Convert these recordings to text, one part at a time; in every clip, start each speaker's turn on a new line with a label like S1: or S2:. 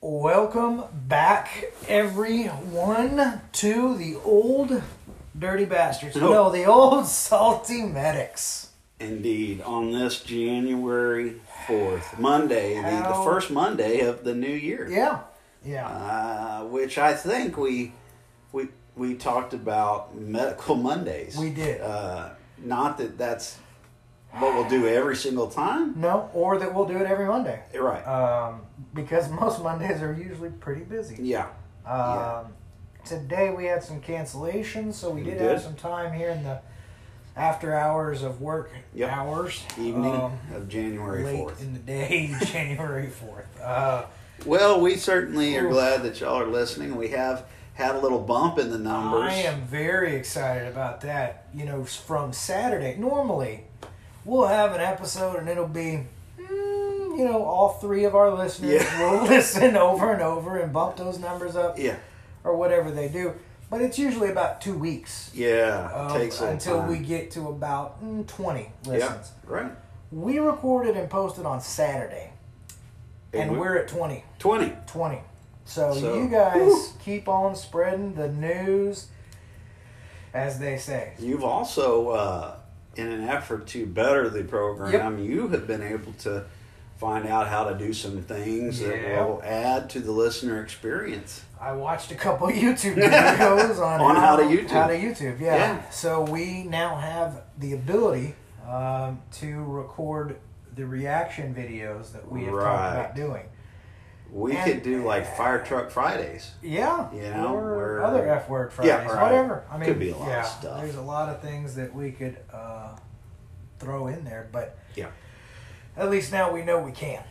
S1: Welcome back, everyone, to the old dirty bastards.
S2: Nope.
S1: No, the old salty medics.
S2: Indeed, on this January 4th, Monday, the, the
S1: How-
S2: first Monday of the new year.
S1: Yeah, yeah.
S2: Uh, which I think we we we talked about medical Mondays.
S1: We did.
S2: Uh, not that that's what we'll do every single time.
S1: No, or that we'll do it every Monday.
S2: You're right.
S1: Um, because most Mondays are usually pretty busy.
S2: yeah.
S1: Um, today we had some cancellations, so we
S2: We
S1: did,
S2: did.
S1: have some time here in the after hours of work
S2: Yep.
S1: hours.
S2: Evening
S1: um,
S2: of January
S1: late
S2: 4th.
S1: in the day, January 4th. Uh,
S2: well, we certainly are
S1: Oof.
S2: glad that y'all are listening. We have had a little bump in the numbers.
S1: I am very excited about that. You know, from Saturday, normally we'll have an episode and it'll be, mm, you know, all three of our listeners
S2: Yeah.
S1: will listen over and over and bump those numbers up
S2: Yeah.
S1: or whatever they do. But it's usually about two weeks
S2: Yeah.
S1: um,
S2: takes a little
S1: until
S2: time.
S1: we get to about mm, 20
S2: Yeah.
S1: listens.
S2: Right.
S1: We recorded and posted on Saturday, and,
S2: we-
S1: we're at 20.
S2: 20.
S1: 20. So,
S2: So-
S1: you guys
S2: Woo.
S1: keep on spreading the news, as they say.
S2: You've also, uh, in an effort to better the program, you have been able to find out how to do some things
S1: Yeah.
S2: that will add to the listener experience.
S1: I watched a couple YouTube videos on,
S2: On how to YouTube.
S1: How to YouTube, yeah.
S2: Yeah.
S1: So we now have the ability um, to record the reaction videos that we have talked
S2: Right.
S1: about doing.
S2: We
S1: And-
S2: could do like Fire Truck Fridays.
S1: Yeah.
S2: You know,
S1: or
S2: we're-
S1: other F word Fridays,
S2: Yeah, right.
S1: whatever. I mean,
S2: Could be a lot of
S1: yeah,
S2: stuff.
S1: There's a lot of things that we could uh, throw in there, but
S2: Yeah.
S1: at least now we know we can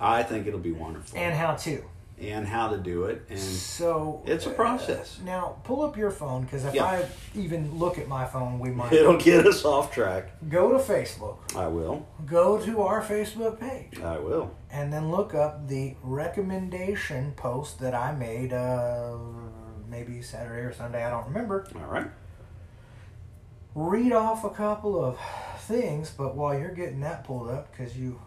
S2: I think it'll be wonderful.
S1: and how to.
S2: And how to do it. And
S1: So
S2: it's a process.
S1: uh, now pull up your phone because if
S2: Yeah.
S1: I even look at my phone, we might
S2: it'll get us off track.
S1: go to Facebook,
S2: I will.
S1: go to our Facebook page,
S2: I will.
S1: and then look up the recommendation post that I made. Uh, maybe Saturday or Sunday, I don't remember.
S2: All right.
S1: Read off a couple of things, but while you're getting that pulled up, because you,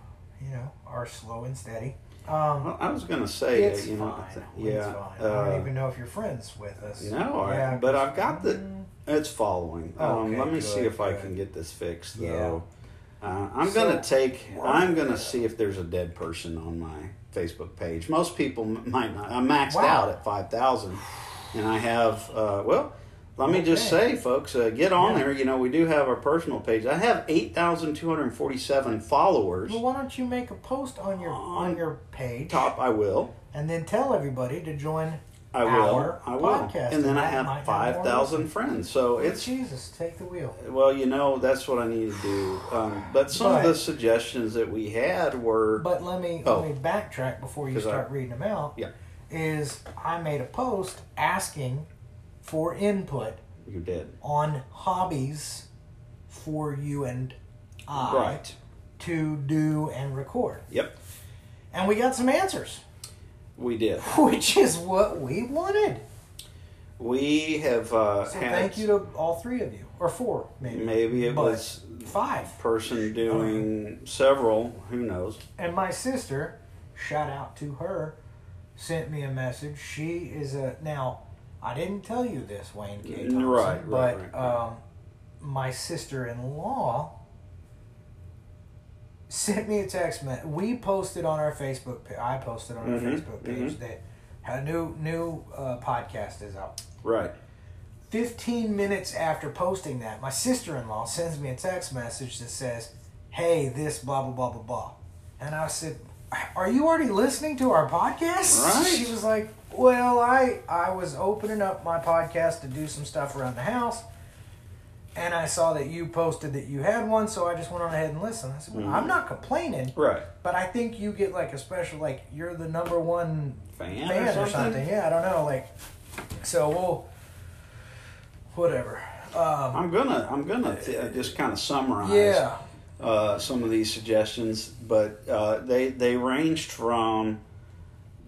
S1: you know, are slow and steady. Um,
S2: Well, I was going to say,
S1: it's,
S2: you know,
S1: fine.
S2: yeah.
S1: it's fine. I
S2: uh,
S1: don't even know if you're friends with us.
S2: No, I,
S1: Yeah.
S2: but I've got the. It's following. um,
S1: Okay,
S2: let me see
S1: good,
S2: if I
S1: good.
S2: can get this fixed
S1: Yeah.
S2: though. Uh, I'm
S1: So-
S2: gonna take. I'm gonna see if there's a dead person on my Facebook page. Most people m- might not. I'm maxed
S1: Wow.
S2: out at five thousand, and I have. Uh, well, let me just
S1: Okay.
S2: say, folks, uh, get on
S1: Yeah.
S2: there. You know, we do have our personal page. I have eight thousand two hundred forty-seven followers.
S1: Well, why don't you make a post on your on, your page
S2: Top, I will.
S1: and then tell everybody to join
S2: I will.
S1: our
S2: I will.
S1: podcast,
S2: and then
S1: that might
S2: I have
S1: more
S2: five thousand friends. So
S1: listeners.
S2: it's
S1: Jesus, take the wheel.
S2: Well, you know, that's what I need to do. Um, but some of
S1: But-
S2: the suggestions that we had were
S1: But let me
S2: Oh.
S1: let me backtrack before you
S2: 'Cause I-
S1: start reading them out.
S2: Yeah.
S1: Is I made a post asking for input
S2: you did
S1: on hobbies for you and I
S2: right.
S1: to do and record.
S2: Yep,
S1: And we got some answers,
S2: we did.
S1: which is what we wanted.
S2: We have uh,
S1: So
S2: had
S1: thank you to all three of you, or four maybe.
S2: maybe it
S1: But-
S2: was
S1: Five.
S2: person doing several. Who knows?
S1: And my sister, shout out to her, sent me a message. She is a now. I didn't tell you this, Wayne K. Thompson,
S2: Right, right,
S1: but
S2: right, right.
S1: Um, my sister-in-law sent me a text. Me- we posted on our Facebook. Pa- I posted on our
S2: Mhm,
S1: Facebook page that a new new uh, podcast is out.
S2: Right.
S1: 15 minutes after posting that, my sister in law sends me a text message that says, Hey, this blah, blah, blah, blah, blah. And I said, Are you already listening to our podcast?
S2: Right.
S1: She was like, Well, I, I was opening up my podcast to do some stuff around the house. And I saw that you posted that you had one, so I just went on ahead and listened. I said, well, I'm not complaining,
S2: Right.
S1: but I think you get like a special, like, you're the number one
S2: Fan,
S1: fan or something. Yeah, I don't know. Like, so we'll, whatever. Um,
S2: I'm gonna. I'm gonna th- just kind of summarize.
S1: yeah,
S2: uh, some of these suggestions, but uh, they they ranged from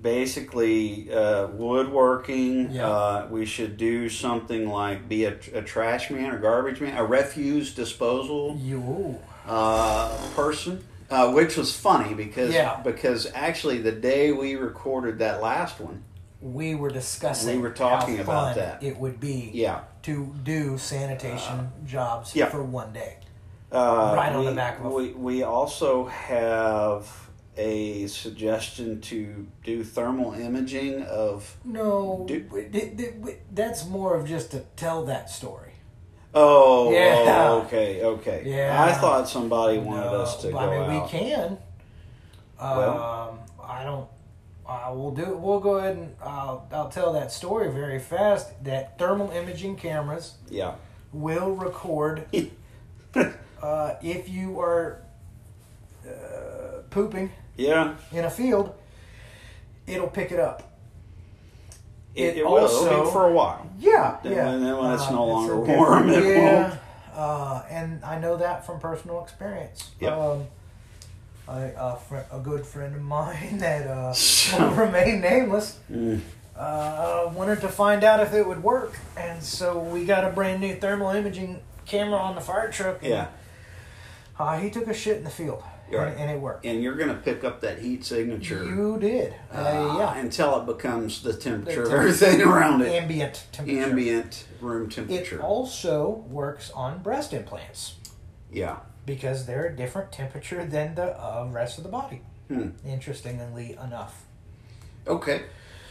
S2: basically uh, woodworking.
S1: Yeah.
S2: Uh, we should do something like be a, a trash man or garbage man, a refuse disposal
S1: you.
S2: uh, person. uh, which was funny because
S1: Yeah.
S2: because actually the day we recorded that last one,
S1: We were discussing.
S2: We were talking
S1: how
S2: about
S1: fun
S2: that.
S1: It would be
S2: yeah, Uh,
S1: to do sanitation jobs
S2: yeah.
S1: for one day.
S2: uh,
S1: Right on
S2: we,
S1: the back of a-
S2: we we also have a suggestion to do thermal imaging of
S1: No,
S2: Do-
S1: w- d- d- w- that's more of just to tell that story.
S2: Oh,
S1: Yeah.
S2: oh, okay, okay.
S1: Yeah.
S2: I thought somebody wanted
S1: No,
S2: us to
S1: I
S2: go
S1: mean,
S2: out.
S1: we can. Um,
S2: Well-
S1: I don't. Uh, we'll do. We'll go ahead and I'll I'll tell that story very fast. That thermal imaging cameras
S2: Yeah.
S1: will record uh, if you are uh, pooping
S2: Yeah.
S1: in a field. It'll pick it up. It
S2: It, it will
S1: also-
S2: It'll be for a while.
S1: Yeah,
S2: Then-
S1: yeah.
S2: then when it's
S1: Um,
S2: no
S1: a
S2: longer
S1: different-
S2: warm, it
S1: yeah.
S2: won't.
S1: Uh, and I know that from personal experience.
S2: Yep.
S1: Um, I, a, fr- a good friend of mine that uh,
S2: So-
S1: will remain nameless
S2: Mm.
S1: uh, wanted to find out if it would work, and so we got a brand new thermal imaging camera on the fire truck. and,
S2: Yeah.
S1: Uh, he took a shit in the field,
S2: You're
S1: and,
S2: right.
S1: and it worked.
S2: And you're going to pick up that heat signature
S1: You did. Uh,
S2: uh,
S1: yeah.
S2: until it becomes the temperature of
S1: temperature.
S2: everything around it.
S1: Ambient temperature.
S2: Ambient room
S1: It
S2: temperature.
S1: also works on breast implants.
S2: yeah.
S1: because they're a different temperature than the uh, rest of the body.
S2: Hmm.
S1: Interestingly enough,
S2: Okay.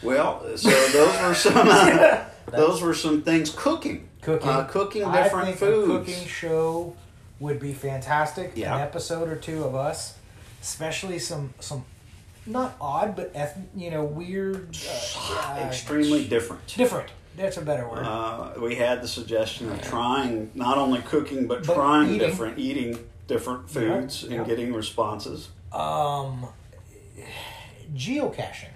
S2: Well, so those were some uh, those were some things cooking.
S1: cooking,
S2: Uh, cooking
S1: I
S2: different
S1: think
S2: foods.
S1: A cooking show would be fantastic.
S2: Yeah.
S1: An episode or two of us, especially some some not odd but eth- you know weird, uh, uh,
S2: Extremely different.
S1: different. That's a better word.
S2: Uh, we had the suggestion of trying not only cooking but,
S1: But
S2: trying
S1: eating.
S2: different eating different foods
S1: yeah.
S2: and getting responses.
S1: um, geocaching.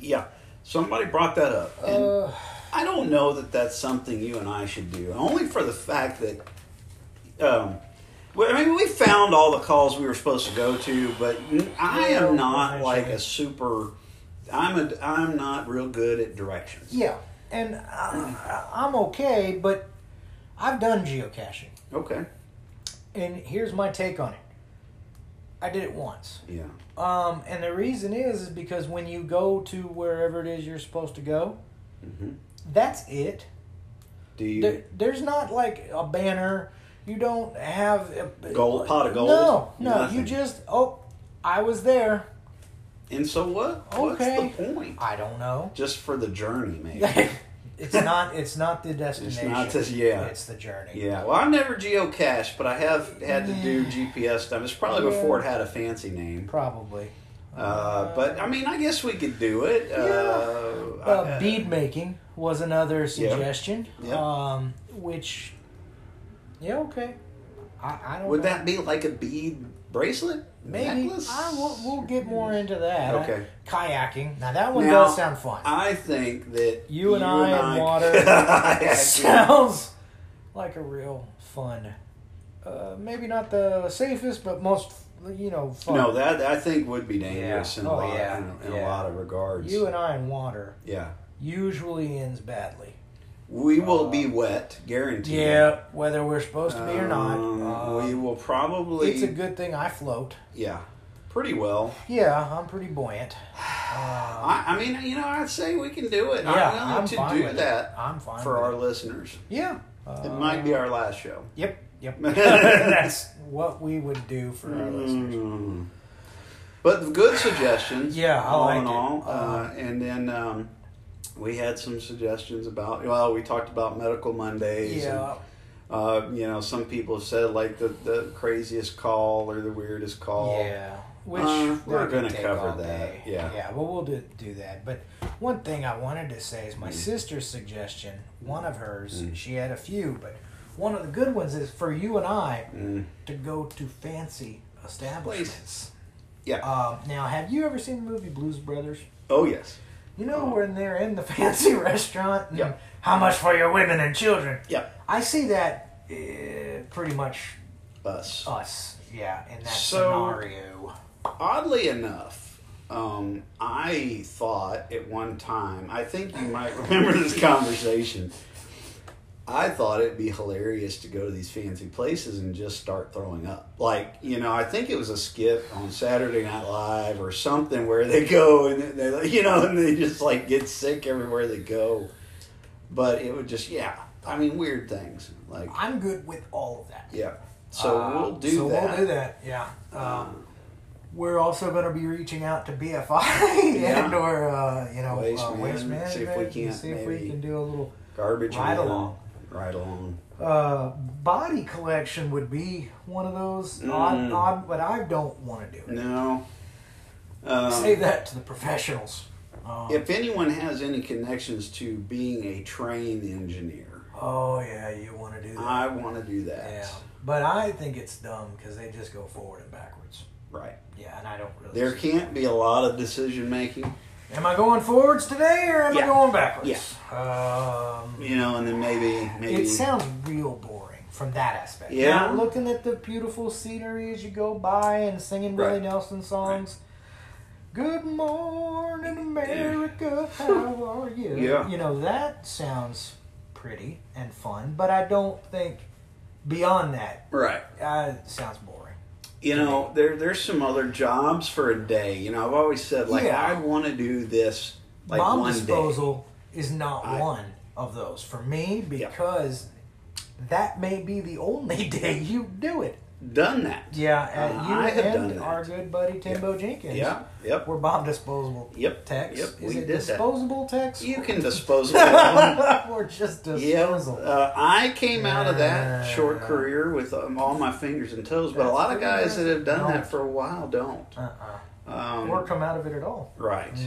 S2: Yeah, somebody brought that up, and
S1: Uh,
S2: I don't know that that's something you and I should do. Only for the fact that, um, well, I mean, we found all the calls we were supposed to go to, but I
S1: Well,
S2: am not
S1: eventually.
S2: like a super. I'm a. I'm not real good at directions.
S1: yeah, and I, I'm okay, but I've done geocaching.
S2: Okay.
S1: and here's my take on it. I did it once.
S2: Yeah.
S1: Um, and the reason is, is because when you go to wherever it is you're supposed to go,
S2: Mhm.
S1: that's it.
S2: Do you?
S1: There, there's not like a banner. You don't have a
S2: Gold- pot of gold?
S1: No, no. You
S2: Nothing.
S1: just oh, I was there.
S2: and so what?
S1: Okay.
S2: What's the point?
S1: I don't know.
S2: Just for the journey, maybe.
S1: it's not. It's not the destination.
S2: the- yeah.
S1: It's the journey.
S2: Yeah, well, I never geocached, but I have had to do GPS stuff. It's probably
S1: Yeah.
S2: before it had a fancy name.
S1: Probably.
S2: Uh, but I mean, I guess we could do it. Uh,
S1: Uh,
S2: I-
S1: bead making was another suggestion,
S2: Yep.
S1: Um, which, yeah, okay. I, I don't
S2: Would
S1: know.
S2: that be like a bead bracelet?
S1: maybe
S2: Necklace?
S1: I will, we'll get more into that.
S2: Okay.
S1: kayaking. Now that one
S2: Now-
S1: does sound fun.
S2: I think that
S1: You and I and water.
S2: water.
S1: Sounds like a real fun. Uh, maybe not the safest, but most you know fun.
S2: no, that I think would be dangerous
S1: Yeah.
S2: in, a
S1: Oh,
S2: lot,
S1: yeah.
S2: in, a- in
S1: Yeah.
S2: a lot of regards.
S1: you and I in water
S2: yeah,
S1: usually ends badly.
S2: we will
S1: Uh,
S2: be wet, guaranteed.
S1: Yeah, whether we're supposed to be or not.
S2: Um,
S1: Uh,
S2: we will probably.
S1: it's a good thing I float.
S2: yeah, pretty well.
S1: Yeah, I'm pretty buoyant. Uh,
S2: I, I mean, you know, I'd say we can do it.
S1: yeah,
S2: I'm willing
S1: fine
S2: to do
S1: with it.
S2: that
S1: I'm fine
S2: for
S1: with
S2: our
S1: it. Uh,
S2: listeners.
S1: yeah.
S2: It might be our last show.
S1: Yep. Yep. That's what we would do for our listeners.
S2: Mm. But good suggestions.
S1: Yeah, I
S2: all in
S1: liked it.
S2: all. Uh, and then um, we had some suggestions about. Well, we talked about medical Mondays.
S1: Yeah.
S2: And, uh, you know, some people have said like the, the craziest call or the weirdest call.
S1: Yeah. Which
S2: Uh, we're
S1: that could
S2: gonna
S1: take
S2: cover
S1: all
S2: that,
S1: day.
S2: yeah.
S1: Yeah. Well, we'll do, do that. But one thing I wanted to say is my
S2: Mm.
S1: sister's suggestion. One of hers. She had a few, but one of the good ones is for you and I
S2: Mm.
S1: to go to fancy establishments.
S2: Yeah.
S1: Um, now, have you ever seen the movie Blues Brothers?
S2: Oh yes.
S1: You know
S2: Oh.
S1: when they're in the fancy restaurant and
S2: Yeah.
S1: how much for your women and children?
S2: Yeah.
S1: I see that uh, pretty much
S2: Us.
S1: us, yeah, in that
S2: So-
S1: scenario.
S2: Oddly enough, um, I thought at one time, I think you might remember this conversation. I thought it'd be hilarious to go to these fancy places and just start throwing up. Like, you know, I think it was a skit on Saturday Night Live or something where they go and they, they you know, and they just like get sick everywhere they go. But it would just, yeah. I mean, weird things. Like,
S1: I'm good with all of that.
S2: yeah. So
S1: Uh,
S2: we'll do
S1: so
S2: that.
S1: we'll do that. Yeah. Um, we're also going to be reaching out to BFI
S2: Yeah.
S1: and or uh, you know
S2: Waste
S1: uh, waste
S2: management,
S1: management.
S2: see if we can't
S1: see if we
S2: maybe-
S1: can do a little
S2: Garbage
S1: Ride
S2: man.
S1: along.
S2: Ride along.
S1: uh, body collection. Would be one of those odd,
S2: Mm.
S1: odd, but I don't want to do it.
S2: No. Um,
S1: Save that to the professionals. Um,
S2: If anyone has any connections to being a train engineer,
S1: Oh yeah, you want to do that?
S2: I want to do that.
S1: yeah, but I think it's dumb because they just go forward and backwards.
S2: Right.
S1: Yeah, and I don't really.
S2: There
S1: see-
S2: can't be a lot of decision making,
S1: Am I going forwards today or am I
S2: Yeah.
S1: going backwards? Yeah. Um,
S2: you know, and then maybe maybe
S1: It sounds real boring from that aspect.
S2: Yeah.
S1: Now, looking at the beautiful scenery as you go by and singing Willie
S2: Right.
S1: Nelson songs. Good morning, America. How are you?
S2: Yeah.
S1: You know, that sounds pretty and fun, but I don't think beyond that,
S2: right.
S1: uh, it sounds boring.
S2: You know, there there's some other jobs for a day. You know, I've always said like
S1: Yeah.
S2: I want to do this like
S1: Bomb
S2: one
S1: disposal is not
S2: I-
S1: one of those for me because that may be the only day you do it.
S2: day. Done that.
S1: Yeah,
S2: Uh,
S1: uh, you
S2: I have done
S1: and
S2: that.
S1: our good buddy Timbo Jenkins.
S2: Yeah. Yep.
S1: We're bomb disposable
S2: Yep,
S1: techs.
S2: yep,
S1: Is
S2: we
S1: it
S2: did that.
S1: disposable techs?
S2: You can dispose of them.
S1: or just
S2: Yeah,
S1: disposal.
S2: uh, I came out of that
S1: Yeah.
S2: short career with um, all my fingers and toes, but a
S1: That's
S2: lot of
S1: pretty
S2: guys that have done
S1: impressive.
S2: that for a while don't.
S1: Uh-uh. Or
S2: Um,
S1: come out of it at all.
S2: right.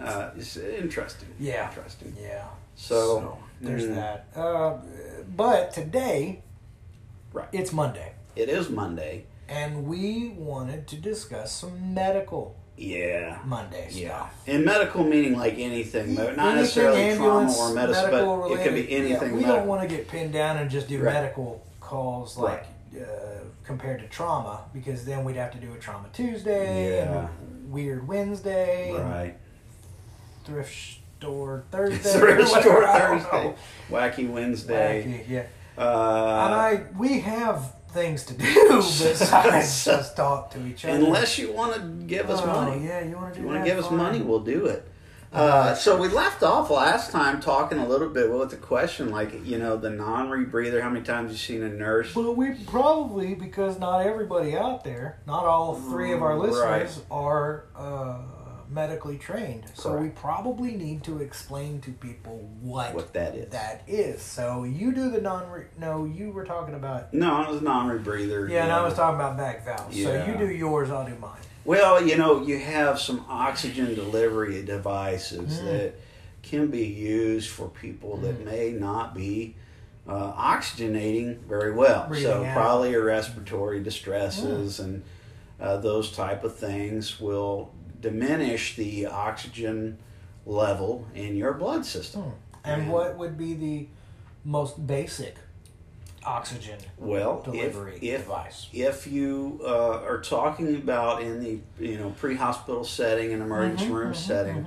S2: Uh, it's interesting.
S1: Yeah.
S2: Interesting.
S1: Yeah.
S2: So,
S1: there's
S2: mm,
S1: that. Uh, but today,
S2: Right.
S1: it's Monday,
S2: It is Monday.
S1: and we wanted to discuss some medical
S2: Yeah.
S1: Monday
S2: Yeah.
S1: stuff.
S2: And medical meaning like anything, though, not
S1: Anything
S2: necessarily trauma
S1: ambulance,
S2: or medicine, but
S1: medical
S2: it could
S1: related.
S2: be
S1: Yeah,
S2: anything
S1: we
S2: medical.
S1: don't want to get pinned down and just do
S2: Right.
S1: medical calls like
S2: Right.
S1: uh, compared to trauma because then we'd have to do a trauma Tuesday and
S2: Yeah.
S1: weird Wednesday and
S2: right.
S1: thrift store Thursday. or
S2: Thrift store
S1: whatever, I don't
S2: Thursday.
S1: know.
S2: Wacky Wednesday.
S1: Wacky, yeah. and
S2: Uh,
S1: I we have things to do besides just talk to each other.
S2: unless you want to give us
S1: Oh,
S2: money.
S1: Yeah, you Oh, want to
S2: If
S1: do
S2: you want
S1: that,
S2: to give us
S1: fine.
S2: money, we'll do it. Uh, so we left off last time talking a little bit with the question, like you know, the non-rebreather. How many times you've seen a nurse?
S1: But we probably, because not everybody out there, not all three of our
S2: Mm, right.
S1: listeners are uh, medically trained. So we
S2: Correct.
S1: probably need to explain to people what,
S2: What that is?
S1: that is. So you do the non. Re- no, you were talking about.
S2: No, I was a non-rebreather.
S1: Yeah, and
S2: you
S1: I
S2: know.
S1: was talking about back valves. So
S2: Yeah.
S1: you do yours, I'll do mine.
S2: Well, you know, you have some oxygen delivery devices
S1: Mm.
S2: that can be used for people that may not be uh, oxygenating very well. so
S1: Breathing out.
S2: probably your respiratory distresses and uh, those type of things will diminish the oxygen level in your blood system.
S1: And
S2: Yeah.
S1: what would be the most basic oxygen
S2: Well, if-
S1: delivery
S2: if
S1: device?
S2: if you uh, are talking about in the you know pre-hospital setting and emergency
S1: Mm-hmm,
S2: room setting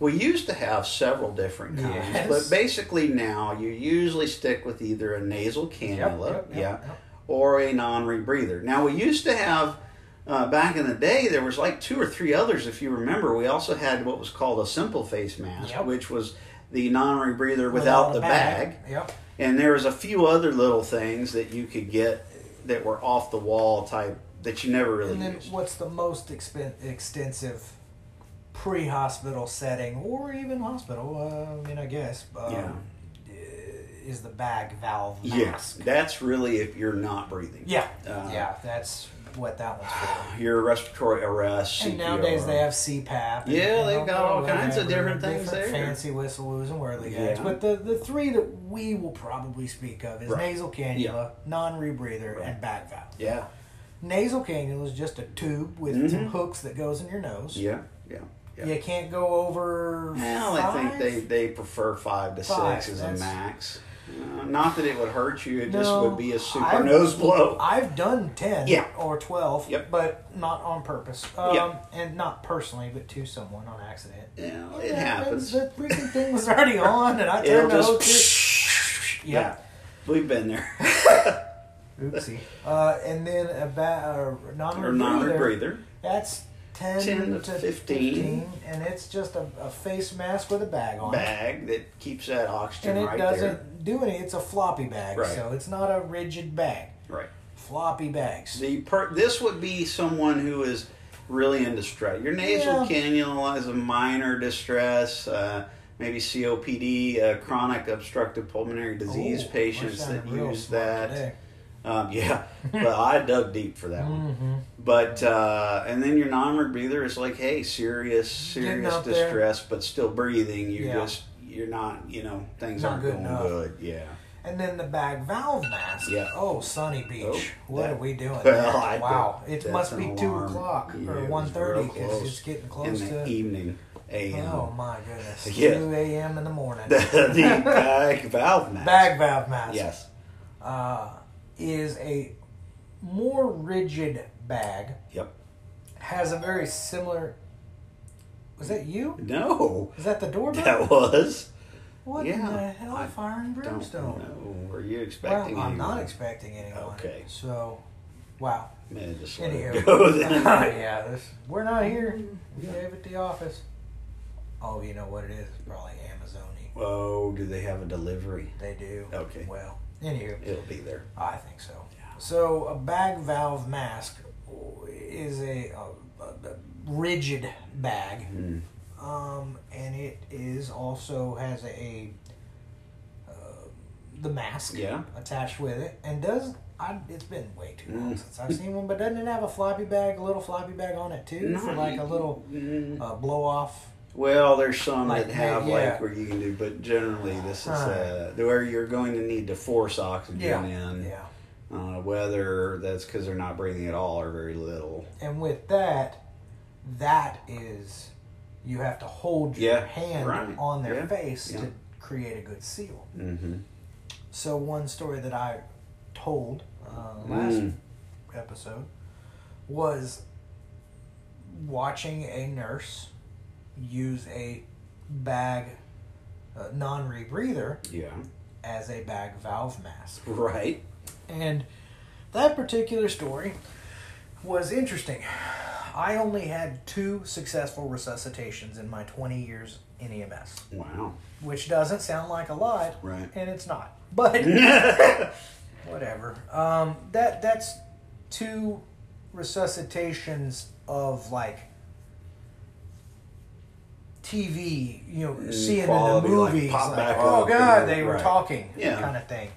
S2: we used to have several different kinds
S1: Yes.
S2: but basically now you usually stick with either a nasal cannula
S1: yep,
S2: yeah
S1: yep, yep.
S2: or a non-rebreather now we used to have uh, back in the day there was like two or three others if you remember we also had what was called a simple face mask
S1: Yep.
S2: which was the non-rebreather without, the bag
S1: Yep.
S2: and there was a few other little things that you could get that were off the wall type that you never really
S1: And then,
S2: used.
S1: what's the most expen- extensive pre-hospital setting, or even hospital? Uh, I mean, I guess. Um,
S2: Yeah.
S1: Is the bag valve
S2: Yes,
S1: mask?
S2: that's really if you're not breathing.
S1: Yeah.
S2: Uh,
S1: yeah. That's what that one's for.
S2: Your respiratory arrest.
S1: And
S2: CPR.
S1: nowadays they have CPAP. and-
S2: Yeah,
S1: and
S2: they've got all
S1: whatever,
S2: kinds of different things
S1: different
S2: there.
S1: Fancy whistles and whirly gags.
S2: Yeah.
S1: But the, the three that we will probably speak of is
S2: Right.
S1: nasal cannula,
S2: Yeah.
S1: non-rebreather,
S2: Right.
S1: and bag valve.
S2: Yeah,
S1: Nasal cannula is just a tube with
S2: Mm-hmm.
S1: some hooks that goes in your nose.
S2: yeah, yeah. yeah.
S1: You can't go over.
S2: Well, I
S1: five?
S2: think they, they prefer five to
S1: Five,
S2: six as a
S1: that's-
S2: max. Uh, not that it would hurt you, it just
S1: No,
S2: would be a super
S1: I've-
S2: nose blow.
S1: I've done ten
S2: Yeah.
S1: or twelve,
S2: Yep.
S1: but not on purpose, um,
S2: Yep.
S1: and not personally, but to someone on accident.
S2: yeah, it happens.
S1: The freaking thing was already on, and I
S2: It'll
S1: turned the whole
S2: just.
S1: thing- Yeah.
S2: We've been there.
S1: Oopsie. Uh, and then about uh, non
S2: or non
S1: breather.
S2: breather.
S1: That's 10,
S2: 10
S1: to
S2: to
S1: 15.
S2: 15.
S1: And it's just a, a face mask with a bag on it.
S2: Bag that keeps that oxygen
S1: And it
S2: right
S1: doesn't
S2: there.
S1: do any. It's a floppy bag.
S2: Right.
S1: So it's not a rigid bag.
S2: Right.
S1: Floppy bags.
S2: The per- this would be someone who is really in distress. Your nasal
S1: Yeah.
S2: cannula is a minor distress, uh, maybe COPD, uh, chronic obstructive pulmonary disease
S1: Oh, we're
S2: patients that
S1: sounding real
S2: use
S1: smart
S2: that.
S1: today.
S2: Um, yeah, but I dug deep for that one.
S1: Mhm.
S2: But uh, and then your non breather is like, hey, serious, serious
S1: up there.
S2: distress, but still breathing. You
S1: Yeah.
S2: just you're not, you know, things
S1: Not
S2: aren't
S1: good
S2: going
S1: enough.
S2: good. Yeah.
S1: And then the bag valve mask.
S2: Yeah.
S1: Oh, Sunny Beach.
S2: Oh,
S1: what
S2: that-
S1: are we doing?
S2: Well,
S1: there?
S2: I-
S1: wow. It
S2: that's
S1: must
S2: an
S1: be two
S2: alarm.
S1: o'clock
S2: Yeah,
S1: or
S2: it was
S1: one thirty
S2: real
S1: because
S2: close
S1: it's getting
S2: in
S1: close
S2: the
S1: to.
S2: evening a.m.
S1: Oh my goodness.
S2: Yeah.
S1: Two a.m. in the morning.
S2: the bag valve mask.
S1: bag valve mask.
S2: Yes.
S1: Uh, is a more rigid bag.
S2: Yep.
S1: Has a very similar. Was that you?
S2: No,
S1: Is that the doorbell?
S2: that was.
S1: What
S2: yeah.
S1: in the hell?
S2: I
S1: fire and
S2: Don't
S1: brimstone.
S2: know. Were you
S1: Well,
S2: expecting?
S1: I'm
S2: anyone?
S1: not expecting anyone.
S2: Okay.
S1: So, wow.
S2: Man, just let
S1: Anyhow,
S2: it go then.
S1: yeah, this, we're not here. We gave it the office. Oh, you know what it is? It's probably Amazoni.
S2: oh, do they have a delivery?
S1: They do.
S2: Okay.
S1: Well, anywho,
S2: It'll be there.
S1: I think so.
S2: Yeah.
S1: So a bag valve mask is a, a, a rigid bag,
S2: Mm.
S1: um, and it is also has a uh, the mask
S2: Yeah.
S1: attached with it, and does. I, it's been way too long
S2: Mm.
S1: since I've seen one, but doesn't it have a floppy bag, a little floppy bag on it too, for
S2: Not-
S1: like a little
S2: Mm.
S1: uh, blow off?
S2: Well, there's some
S1: Like,
S2: that have
S1: yeah.
S2: like where you can do, but generally this is
S1: Huh.
S2: uh, where you're going to need to force oxygen
S1: Yeah.
S2: in.
S1: Yeah.
S2: Uh, whether that's because they're not breathing at all or very little.
S1: And with that, that is you have to hold your
S2: Yeah,
S1: hand
S2: right.
S1: on their
S2: Yeah,
S1: face
S2: yeah.
S1: to create a good seal.
S2: Mm-hmm.
S1: So one story that I told uh, last
S2: Mm.
S1: episode was watching a nurse use a bag uh, non-rebreather
S2: Yeah.
S1: as a bag valve mask.
S2: Right.
S1: And that particular story was interesting. I only had two successful resuscitations in my 20 years in E EMS,
S2: Wow.
S1: which doesn't sound like a lot,
S2: Right.
S1: and it's not. But whatever. Um, that that's two resuscitations of like TV, you know, seeing
S2: Mm, quality,
S1: in the
S2: like,
S1: movies,
S2: pop
S1: like,
S2: back
S1: oh
S2: up,
S1: god,
S2: you know,
S1: they were
S2: right.
S1: talking,
S2: Yeah.
S1: kind of thing.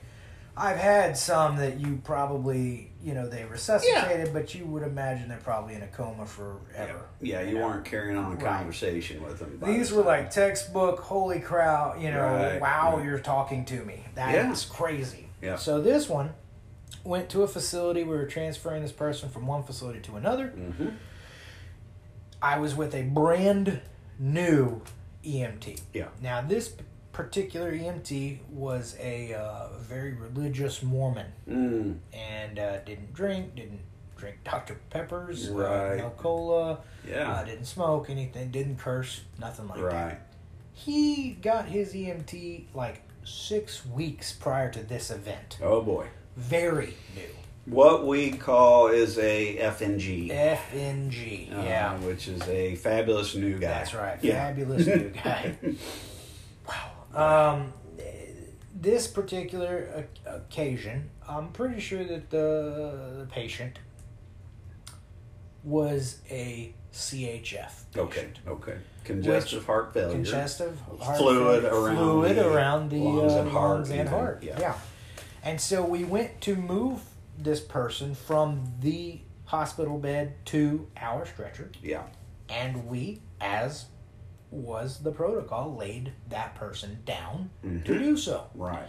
S1: I've had some that you probably, you know, they resuscitated, but you would imagine they're probably in a coma forever.
S2: yeah, you
S1: know?
S2: weren't carrying on a
S1: Right.
S2: conversation with them. by
S1: These
S2: the
S1: were
S2: time.
S1: like textbook, holy crow, you know,
S2: Right,
S1: wow,
S2: right.
S1: you're talking to me. That's
S2: Yeah.
S1: crazy.
S2: Yeah.
S1: So this one went to a facility. We were transferring this person from one facility to another.
S2: Mhm.
S1: I was with a brand new EMT.
S2: Yeah.
S1: Now, this p- particular EMT was a uh, very religious Mormon
S2: Mm.
S1: and uh, didn't drink, didn't drink Dr. Peppers, uh,
S2: Right.
S1: no cola, uh,
S2: Yeah.
S1: didn't smoke anything, didn't curse, nothing like that
S2: right.
S1: he got his EMT like six weeks prior to this event.
S2: Oh boy.
S1: Very new.
S2: What we call is a FNG.
S1: FNG.
S2: uh,
S1: Eh, yeah.
S2: Which is a fabulous new guy.
S1: That's right.
S2: Yeah.
S1: Fabulous new guy. wow. Um, this particular o- occasion, I'm pretty sure that the, the patient was a CHF. Patient.
S2: okay. Okay. Congestive heart failure.
S1: congestive heart
S2: Fluid
S1: failure,
S2: around
S1: fluid
S2: the
S1: around the
S2: lungs
S1: uh,
S2: and heart
S1: lungs and
S2: even,
S1: heart. Yeah.
S2: yeah.
S1: and so we went to move this person from the hospital bed to our stretcher,
S2: Yeah.
S1: and we, as was the protocol, laid that person down
S2: Mm-hmm.
S1: to do so.
S2: Right.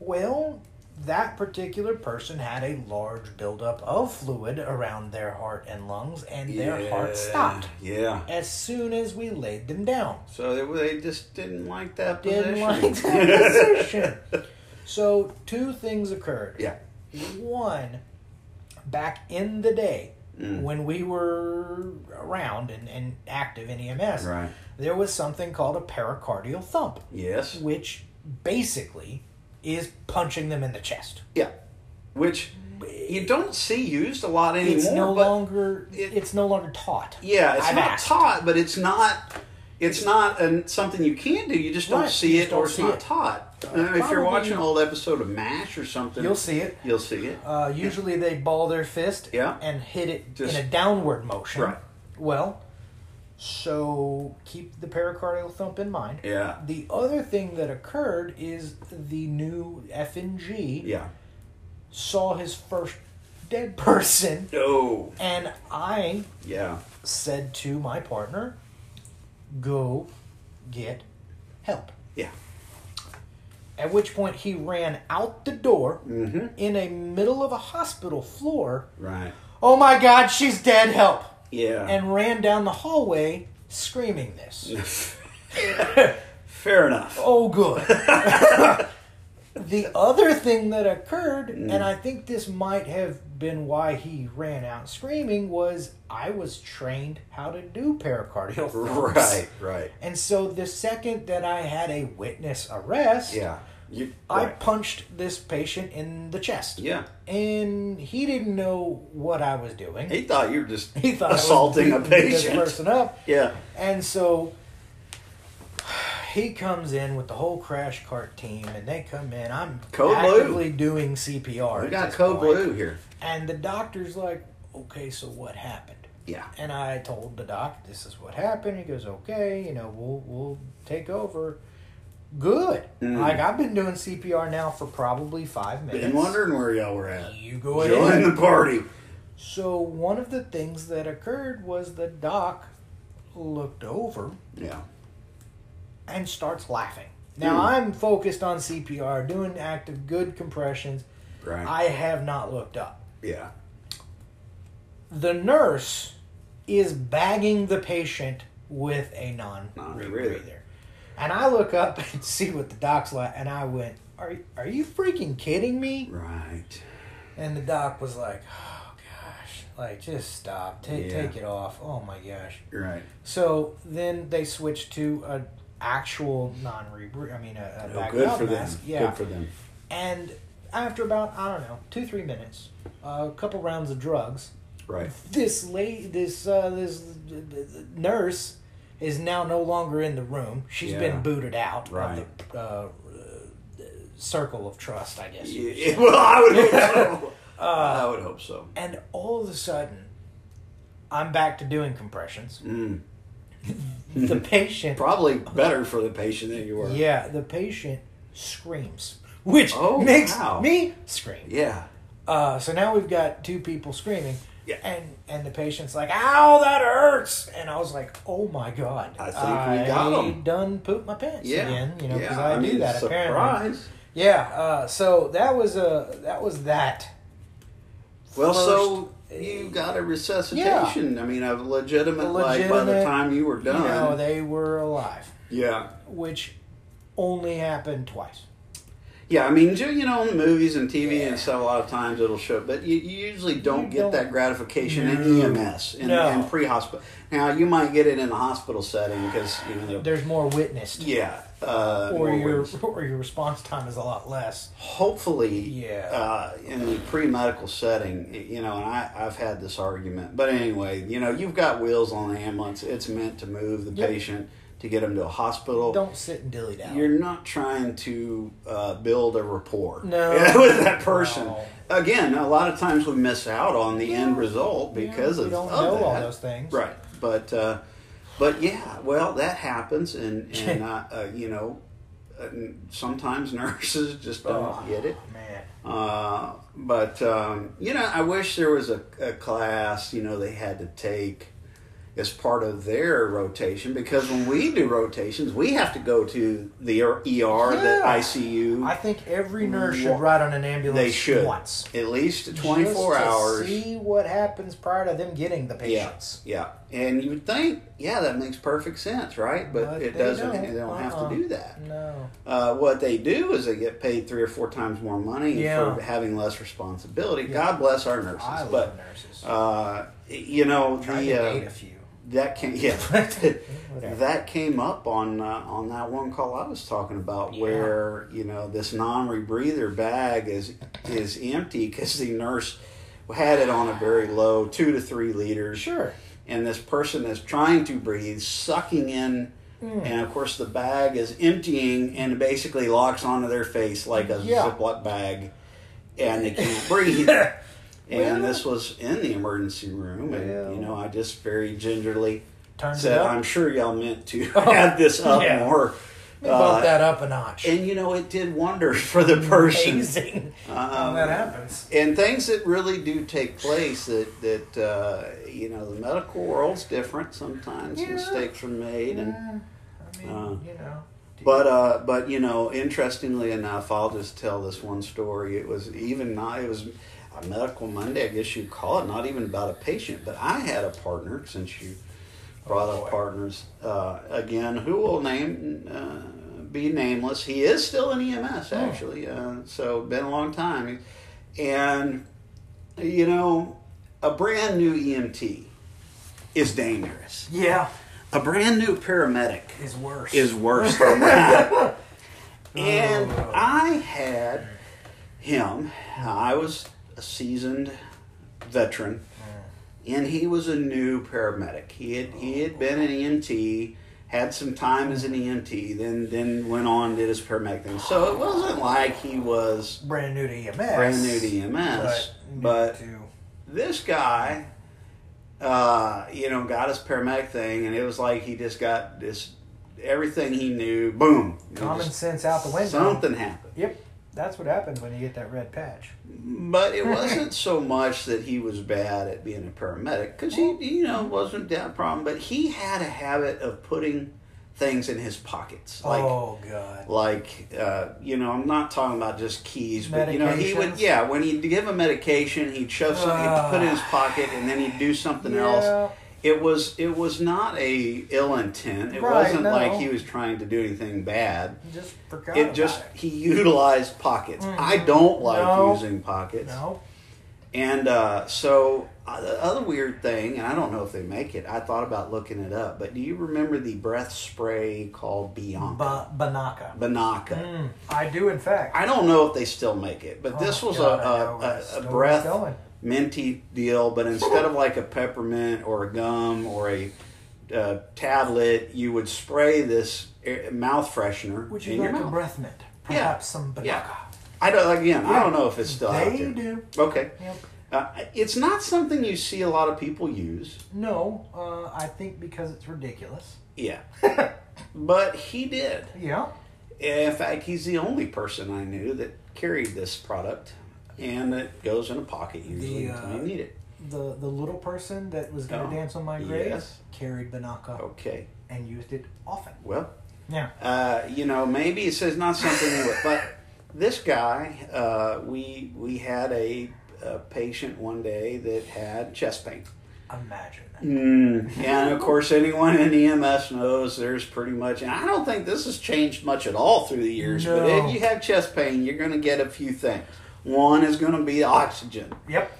S1: Well, that particular person had a large buildup of fluid around their heart and lungs, and their heart stopped
S2: Yeah.
S1: as soon as we laid them down.
S2: So they, they just didn't like that position.
S1: didn't like that position. So two things occurred.
S2: yeah.
S1: One, back in the day
S2: Mm.
S1: when we were around and, and active in E EMS,
S2: Right.
S1: there was something called a pericardial thump,
S2: Yes.
S1: which basically is punching them in the chest.
S2: Yeah, which you don't see used a lot anymore.
S1: It's no
S2: but
S1: longer
S2: it-
S1: it's no longer taught.
S2: yeah, it's
S1: I've
S2: not
S1: asked.
S2: taught, but it's not it's not an, something you can do. You just don't
S1: Right,
S2: see
S1: you
S2: it,
S1: just
S2: or
S1: don't
S2: it's
S1: see
S2: not
S1: it.
S2: taught.
S1: Uh,
S2: And if you're
S1: probably-
S2: watching an old episode of Mash or something,
S1: You'll see it.
S2: You'll see it.
S1: Uh, usually they ball their fist
S2: Yeah.
S1: and hit it
S2: Just-
S1: in a downward motion.
S2: Right.
S1: Well, so keep the pericardial thump in mind.
S2: yeah,
S1: The other thing that occurred is the new FNG
S2: yeah.
S1: saw his first dead person,
S2: No,
S1: and I
S2: Oh. yeah,
S1: said to my partner, "Go get help."
S2: yeah.
S1: At which point he ran out the door
S2: Mm-hmm.
S1: in a middle of a hospital floor.
S2: Right.
S1: Oh my God, she's dead! Help!
S2: Yeah.
S1: And ran down the hallway screaming this.
S2: Fair enough.
S1: Oh, good. the other thing that occurred,
S2: Mm.
S1: and I think this might have been why he ran out screaming, was I was trained how to do pericardial thumps.
S2: Right, right.
S1: And so the second that I had a witness arrest,
S2: Yeah. You,
S1: I
S2: right.
S1: punched this patient in the chest.
S2: yeah.
S1: And he didn't know what I was doing.
S2: He thought you were just
S1: He thought
S2: assaulting
S1: I
S2: a
S1: was beating
S2: patient.
S1: This person up.
S2: Yeah.
S1: And so he comes in with the whole crash cart team, and they come in. I'm
S2: Code blue.
S1: actively doing CPR.
S2: We
S1: at
S2: got
S1: this
S2: code
S1: point.
S2: blue here.
S1: And the doctor's like, okay, so what happened?
S2: Yeah.
S1: And I told the doc, this is what happened. He goes, okay, you know, we'll, we'll take over. Good.
S2: Mm.
S1: Like, I've been doing CPR now for probably five minutes.
S2: Been wondering where y'all were at.
S1: You go ahead.
S2: Join the party.
S1: So one of the things that occurred was the doc looked over
S2: Yeah.
S1: and starts laughing. Now
S2: Hmm.
S1: I'm focused on CPR, doing active good compressions.
S2: Right.
S1: I have not looked up.
S2: yeah.
S1: The nurse is bagging the patient with a non
S2: Non-breather.
S1: breather. And I look up and see what the doc's like and I went, Are are you freaking kidding me?
S2: Right.
S1: And the doc was like, Oh gosh. Like just stop. Take
S2: Yeah.
S1: take it off. Oh my gosh.
S2: Right.
S1: So then they switched to a actual non rebreather. I mean, a, a
S2: Oh,
S1: back
S2: good
S1: valve
S2: for them.
S1: mask. Yeah.
S2: Good for them.
S1: and after about I don't know two three minutes, a couple rounds of drugs,
S2: Right.
S1: this lady, this uh, this nurse is now no longer in the room. She's
S2: Yeah.
S1: been booted out
S2: Right.
S1: of the uh, circle of trust, I guess.
S2: Yeah, well, I would hope so. I would hope so.
S1: And all of a sudden, I'm back to doing compressions.
S2: Mm.
S1: The patient
S2: Probably better for the patient than you were.
S1: Yeah, the patient screams, which
S2: Oh,
S1: makes
S2: wow.
S1: me scream.
S2: Yeah.
S1: Uh, so now we've got two people screaming.
S2: Yeah.
S1: And and the patient's like, "Ow, that hurts!" And I was like, "Oh my god!"
S2: I think we got 'em.
S1: Done pooped my pants
S2: Yeah.
S1: again, you know, because
S2: Yeah,
S1: I, do
S2: mean,
S1: that
S2: surprise.
S1: apparently. Yeah. Uh, so that was a that was that.
S2: Well, so
S1: First,
S2: you
S1: uh,
S2: got a resuscitation. I mean, a legitimate,
S1: A
S2: like by the
S1: legitimate,
S2: time you were done.
S1: You know, they were alive,
S2: yeah,
S1: which only happened twice.
S2: yeah. I mean, ju- you know, in movies and TV and stuff, a lot of times it'll show, but you, you usually don't
S1: You
S2: get
S1: don't-
S2: that gratification
S1: No.
S2: in EMS and,
S1: No.
S2: and pre-hospital. Now, you might get it in a hospital setting because you know, they'll-
S1: There's more witnessed,
S2: yeah, uh,
S1: or
S2: more
S1: your
S2: wins.
S1: or your response time is a lot less.
S2: hopefully,
S1: Yeah.
S2: uh, in the pre-medical setting, y- you know, and I, I've had this argument, but anyway, you know, you've got wheels on the ambulance. It's meant to move the
S1: Yep.
S2: patient to get them to a hospital.
S1: Don't sit and dilly down.
S2: Oh. You're not trying to uh, build a rapport
S1: No.
S2: with that person.
S1: No.
S2: Again, a lot of times we miss out on the end result
S1: Yeah,
S2: because
S1: we
S2: of,
S1: don't
S2: of
S1: know all
S2: that.
S1: those things.
S2: right? But uh, but yeah, well, that happens, and and I, uh, you know, uh, sometimes nurses just don't
S1: Oh,
S2: get it.
S1: man.
S2: Uh, but um, you know, I wish there was a, a class you know they had to take as part of their rotation because when we do rotations, we have to go to the ER, the
S1: Yeah.
S2: ICU.
S1: I think every nurse should
S2: Wha-
S1: ride on an ambulance
S2: they should
S1: once.
S2: at least twenty four
S1: Just to
S2: hours.
S1: See what happens prior to them getting the
S2: Yeah,
S1: patients.
S2: yeah, and you would think, yeah, that makes perfect sense, right? But,
S1: But
S2: it
S1: they
S2: doesn't.
S1: don't.
S2: They don't have
S1: Uh-uh.
S2: to do that.
S1: No.
S2: Uh, what they do is they get paid three or four times more money
S1: Yeah.
S2: for having less responsibility.
S1: Yeah.
S2: God bless our nurses,
S1: I love
S2: but
S1: nurses.
S2: uh, you know
S1: Try
S2: the
S1: to date
S2: uh,
S1: a few.
S2: that came yeah that came up on uh, on that one call I was talking about
S3: Yeah.
S2: where you know this non rebreather bag is is empty because the nurse had it on a very low two to three liters
S3: Sure.
S2: and this person is trying to breathe sucking in
S1: Hmm.
S2: and of course the bag is emptying and basically locks onto their face like a
S3: Yeah.
S2: Ziploc bag and they can't breathe. And this was in the emergency room, and you
S3: Well.
S2: know, I just very gingerly
S1: Turns
S2: said,
S1: it up. Oh,
S2: "I'm sure y'all meant to add this up
S3: yeah.
S2: more."
S3: Let me bump
S2: Uh,
S3: that up a notch.
S2: and you know, it did wonders for the person.
S3: Amazing.
S1: Well, that
S2: Um,
S1: happens.
S2: and things that really do take place that that uh, you know, the medical world's different. Sometimes
S1: Yeah.
S2: mistakes are made, and
S1: Yeah, I mean,
S2: Uh,
S1: you know.
S2: But uh, but you know, interestingly enough, I'll just tell this one story. It was even not it was a medical Monday, I guess you call it. Not even about a patient, but I had a partner since you brought
S1: Oh, boy.
S2: up partners uh, again, who will name uh, be nameless. He is still in EMS
S1: Oh.
S2: actually, uh, so been a long time, and you know, a brand new EMT is dangerous.
S1: Yeah,
S2: A brand new paramedic
S1: is worse.
S2: is worse than that. and I had him. I was a seasoned veteran, and he was a new paramedic. He had he had been an EMT, had some time as an EMT, then then went on and did his paramedic thing. So it wasn't like he was
S1: brand new to EMS.
S2: brand new to EMS,
S1: But,
S2: but
S1: new to,
S2: this guy, uh, you know, got his paramedic thing, and it was like he just got this everything he knew. Boom, It
S1: common
S2: just-
S1: sense out the window.
S2: Something happened,
S1: Yep, that's what happens when you get that red patch.
S2: but it wasn't so much that he was bad at being a paramedic because he, you know, wasn't that problem. But he had a habit of putting things in his pockets, like.
S1: oh god.
S2: Like uh, you know, I'm not talking about just keys, but you know, he would
S1: Medications?
S2: yeah. When he'd give a medication, he'd shove something, he'd put it in his
S1: Ah.
S2: pocket, and then he'd do something else. it was it was not a ill intent. It
S1: Right,
S2: wasn't
S1: no.
S2: like he was trying to do anything bad.
S1: Yeah, just forgot.
S2: It
S1: about
S2: just
S1: it. Mm.
S2: he utilized pockets. I don't like
S1: No.
S2: using pockets.
S1: no.
S2: And uh, so uh, the other weird thing, and I don't know if they make it. I thought about looking it up, but do you remember the breath spray called Bianca
S1: Ba- Banaka.
S2: Banaka?
S1: Mm, I do, in fact.
S2: I don't know if they still make it, but this
S1: Oh,
S2: was
S1: God,
S2: a,
S1: I know
S2: a,
S1: where this
S2: a, a
S1: story's
S2: breath
S1: Going.
S2: minty deal, but instead of like a peppermint or a gum or a uh, tablet, you would spray this air, mouth freshener
S1: Would
S2: in
S1: you
S2: your
S1: like a
S2: mouth.
S1: breath mint? Perhaps some Banaka.
S2: Yeah. I don't again. I
S1: Yeah.
S2: don't know if it's still out
S1: They
S2: there.
S1: do.
S2: Okay,
S1: Yep.
S2: uh, it's not something you see a lot of people use.
S1: No, uh, I think because it's ridiculous.
S2: Yeah, but he did.
S1: Yeah.
S2: In fact, he's the only person I knew that carried this product, and it goes in a pocket usually
S1: The,
S2: until
S1: uh,
S2: you need it.
S1: The the little person that was going
S2: Oh,
S1: to dance on my grave
S2: yes. Oh.
S1: carried Banaka
S2: Okay,
S1: and used it often.
S2: well,
S1: Yeah.
S2: uh, you know, maybe it says not something, new, but this guy, uh, we we had a, a patient one day that had chest pain,
S1: Imagine that. Hmm.
S2: and of course, anyone in EMS knows there's pretty much, and I don't think this has changed much at all through the years. But
S1: No.
S2: if you have chest pain, you're going to get a few things. One is going to be oxygen.
S1: Yep.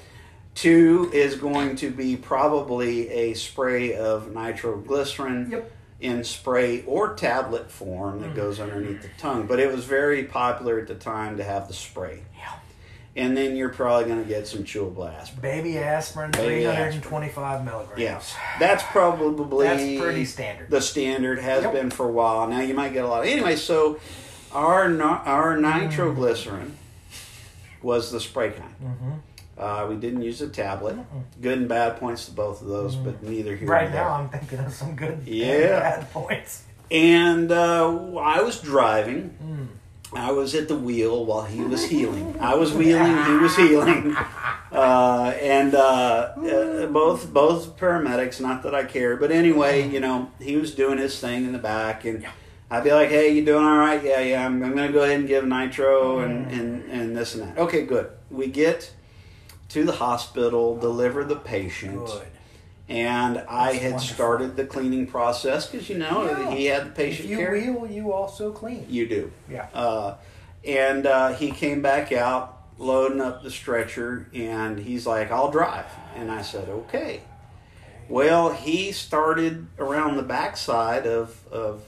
S2: Two is going to be probably a spray of nitroglycerin
S1: Yep.
S2: in spray or tablet form
S1: Hmm.
S2: that goes underneath the tongue. But it was very popular at the time to have the spray.
S1: Yeah.
S2: And then you're probably going to get some chill blast.
S1: Baby aspirin,
S2: Baby
S1: 325 milligrams.
S2: Yes, that's probably
S1: That's pretty standard.
S2: the standard has
S1: Yep.
S2: been for a while. Now you might get a lot. Anyway, so our ni-
S1: Hmm.
S2: our nitroglycerin was the spray kind.
S1: Mm-hmm.
S2: Uh, we didn't use a tablet. Good and bad points to both of those, but neither here
S1: Hmm. Right
S2: nor there.
S1: now, I'm thinking of some good and
S2: Yeah.
S1: bad points.
S2: And uh, I was driving.
S1: Mm,
S2: I was at the wheel while he was healing. I was wheeling, he was healing. Uh, and uh, uh, both both paramedics, not that I care, but anyway, you know, he was doing his thing in the back. And I'd be like, hey, you doing all right? Yeah, yeah, I'm, I'm going to go ahead and give nitro and,
S1: Mm-hmm.
S2: and, and this and that. Okay, good. We get to the hospital, deliver the patient
S1: Good.
S2: and I
S1: That's
S2: had
S1: wonderful.
S2: started the cleaning process because you know
S1: Yeah.
S2: he had the
S1: If
S2: patient
S1: you
S2: care.
S1: wheel, you also clean.
S2: You do,
S1: Yeah.
S2: uh, and uh, he came back out loading up the stretcher, and he's like, "I'll drive," and I said, "Okay." Well, he started around the backside of of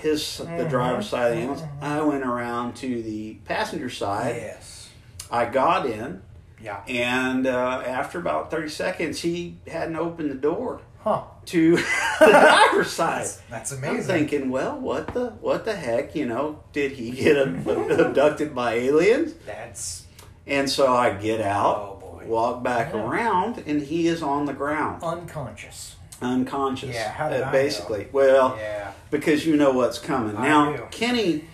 S2: his the driver's side of the ambulance. I went around to the passenger side.
S1: Yes.
S2: I got in,
S1: Yeah.
S2: and uh, after about thirty seconds, he hadn't opened the door
S1: Huh.
S2: to the driver's side.
S1: That's
S2: I'm
S1: amazing.
S2: thinking, well, what the what the heck? You know, did he get ab- abducted by aliens?
S1: That's
S2: And so I get
S1: Oh,
S2: out,
S1: boy.
S2: walk back
S1: Yeah.
S2: around, and he is on the ground,
S1: unconscious.
S2: unconscious. Uh,
S1: Yeah, how did I know?
S2: basically. Well,
S1: Yeah.
S2: because you know what's coming.
S1: I
S2: now,
S1: do.
S2: Kenny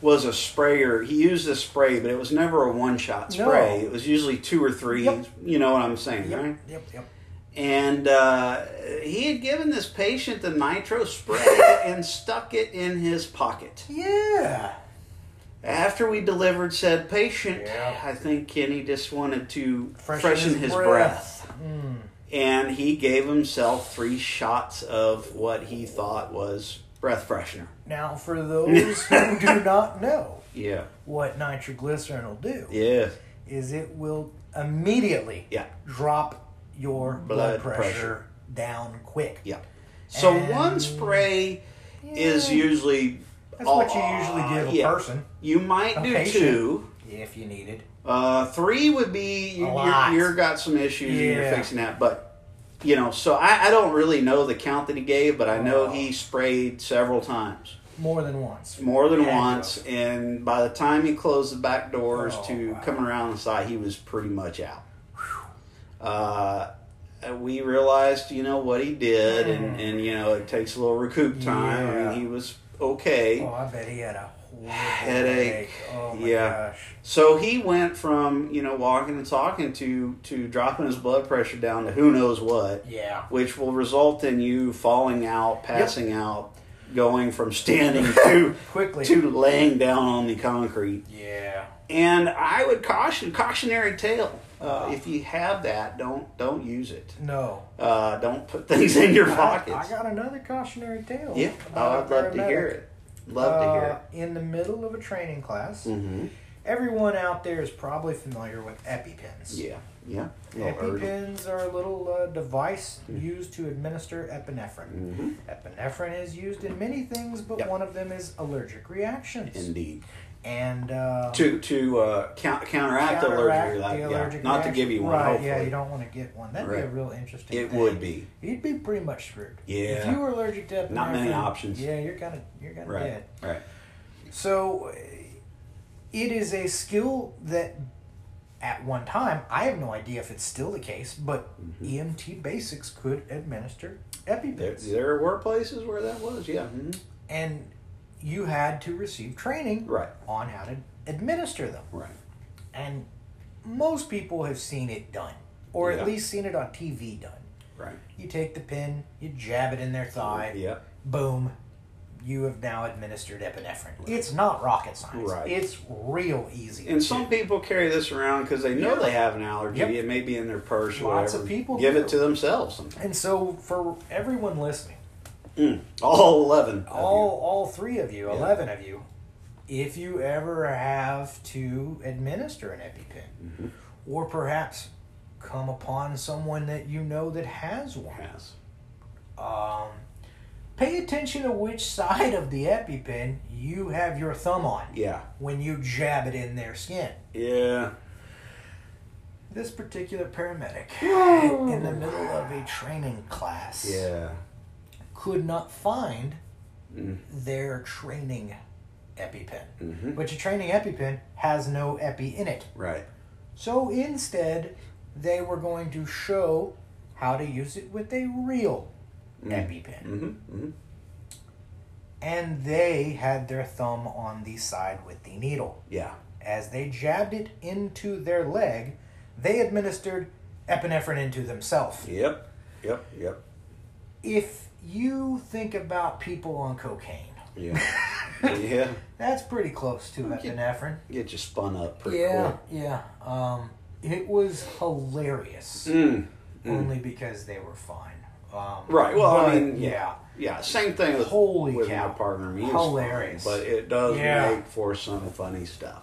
S2: was a sprayer. He used a spray, but it was never a one shot
S1: No.
S2: spray. It was usually two or three.
S1: Yep.
S2: You know what I'm saying, right?
S1: Yep. Yep. Yep.
S2: And uh, he had given this patient the nitro spray and stuck it in his pocket.
S1: Yeah.
S2: After we delivered said patient,
S1: Yeah.
S2: I think Kenny just wanted to
S1: Freshen
S2: freshen,
S1: his
S2: his,
S1: breath. Mm.
S2: breath. And he gave himself three shots of what he thought was breath freshener.
S1: Now, for those who do not know
S2: Yeah.
S1: what nitroglycerin will do,
S2: Yeah.
S1: is it will immediately
S2: Yeah.
S1: drop your blood,
S2: Blood
S1: pressure,
S2: pressure.
S1: down quick.
S2: Yeah. So
S1: And-
S2: one spray is
S1: Yeah.
S2: usually
S1: That's what you usually give a
S2: Oh, yeah.
S1: person
S2: You might
S1: A
S2: do
S1: patient.
S2: two.
S1: if you needed.
S2: Uh, three would be you,
S1: A
S2: you're,
S1: lot.
S2: you're got some issues and
S1: Yeah.
S2: you're fixing that, but you know. So I, I don't really know the count that he gave, but I know
S1: Oh.
S2: he sprayed several times,
S1: More than once. uh,
S2: more than
S1: Yeah.
S2: once, and by the time he closed the back doors
S1: Oh,
S2: to
S1: wow.
S2: coming around the side, he was pretty much out. Uh, we realized, you know, what he did, and, and you know, it takes a little recoup time.
S1: Hmm. Yeah.
S2: I mean, he was okay.
S1: Oh, I bet he had a horrible
S2: Headache.
S1: headache. Oh my
S2: Yeah.
S1: gosh.
S2: So he went from you know walking and talking to to dropping his blood pressure down to who knows what,
S1: Yeah.
S2: which will result in you falling out, passing out, going from standing to
S1: Quickly.
S2: to laying down on the concrete.
S1: Yeah.
S2: And I would caution cautionary tale. Uh, if you have that, don't don't use it.
S1: No.
S2: Uh, don't put things in your pockets.
S1: I, I got another cautionary tale.
S2: yeah,
S1: about
S2: oh,
S1: a
S2: I'd love to hear
S1: paramedic.
S2: it. Love to hear
S1: Uh, In the middle of a training class,
S2: it. Mm-hmm.
S1: everyone out there is probably familiar with EpiPens.
S2: Yeah, yeah. Little urgent.
S1: EpiPens are a little uh, device
S2: Hmm.
S1: used to administer epinephrine.
S2: Mhm.
S1: Epinephrine is used in many things, but
S2: Yep.
S1: one of them is allergic reactions.
S2: Indeed.
S1: and uh,
S2: to to uh, count, counteract, the allergic,
S1: counteract
S2: reaction,
S1: the
S2: yeah.
S1: allergic
S2: not to
S1: reaction.
S2: give you one.
S1: Right,
S2: hopefully,
S1: yeah, you don't want to get one. That'd be a
S2: Right.
S1: real interesting
S2: it
S1: thing.
S2: would be.
S1: You'd be pretty much screwed. If
S2: Yeah.
S1: you were allergic to epinephrine.
S2: Not many options.
S1: Yeah, you're kind of you're kind of
S2: Right.
S1: dead.
S2: Right.
S1: So uh, it is a skill that at one time, I have no idea if it's still the case, but EMT basics could administer
S2: Mm-hmm. There,
S1: EpiPens.
S2: there were places where that was. Yeah. mhm.
S1: And you had to receive training
S2: Right.
S1: on how to administer them.
S2: Right.
S1: And most people have seen it done, or
S2: Yeah.
S1: at least seen it on TV done.
S2: Right.
S1: You take the pin, you jab it in their thigh,
S2: Yeah.
S1: boom, you have now administered epinephrine. It's not rocket science.
S2: Right.
S1: It's real easy.
S2: And
S1: to
S2: some
S1: do.
S2: people carry this around because they know
S1: Yeah.
S2: they have an allergy.
S1: Yep.
S2: It may be in their purse. or
S1: Lots of
S2: whatever.
S1: people
S2: give
S1: do.
S2: it to themselves. Sometimes.
S1: And so, for everyone listening,
S2: Mm. All eleven. of
S1: all
S2: you.
S1: all three of you, eleven of you, if you ever have to administer an EpiPen,
S2: Mm-hmm.
S1: or perhaps come upon someone that you know that has one,
S2: Yes.
S1: um, pay attention to which side of the EpiPen you have your thumb on
S2: Yeah.
S1: when you jab it in their skin.
S2: Yeah.
S1: This particular paramedic, in the middle of a training class,
S2: Yeah.
S1: could not find
S2: Mm.
S1: their training EpiPen.
S2: hmm
S1: But your training EpiPen has no Epi in it.
S2: Right.
S1: So instead, they were going to show how to use it with a real EpiPen.
S2: Mm-hmm. hmm
S1: And they had their thumb on the side with the needle.
S2: Yeah.
S1: As they jabbed it into their leg, they administered epinephrine into themselves.
S2: Yep. Yep. Yep.
S1: If you think about people on cocaine,
S2: Yeah. yeah.
S1: that's pretty close to
S2: Okay.
S1: epinephrine.
S2: Get you spun up pretty
S1: Yeah,
S2: quick.
S1: yeah. Um, it was hilarious.
S2: Mm.
S1: only because they were fine. Um,
S2: Right, well, I
S1: but,
S2: mean,
S1: yeah,
S2: Yeah, same thing with
S1: Holy
S2: with
S1: cow.
S2: my partner. He was
S1: Hilarious.
S2: fine, but it does
S1: Yeah.
S2: make for some funny stuff.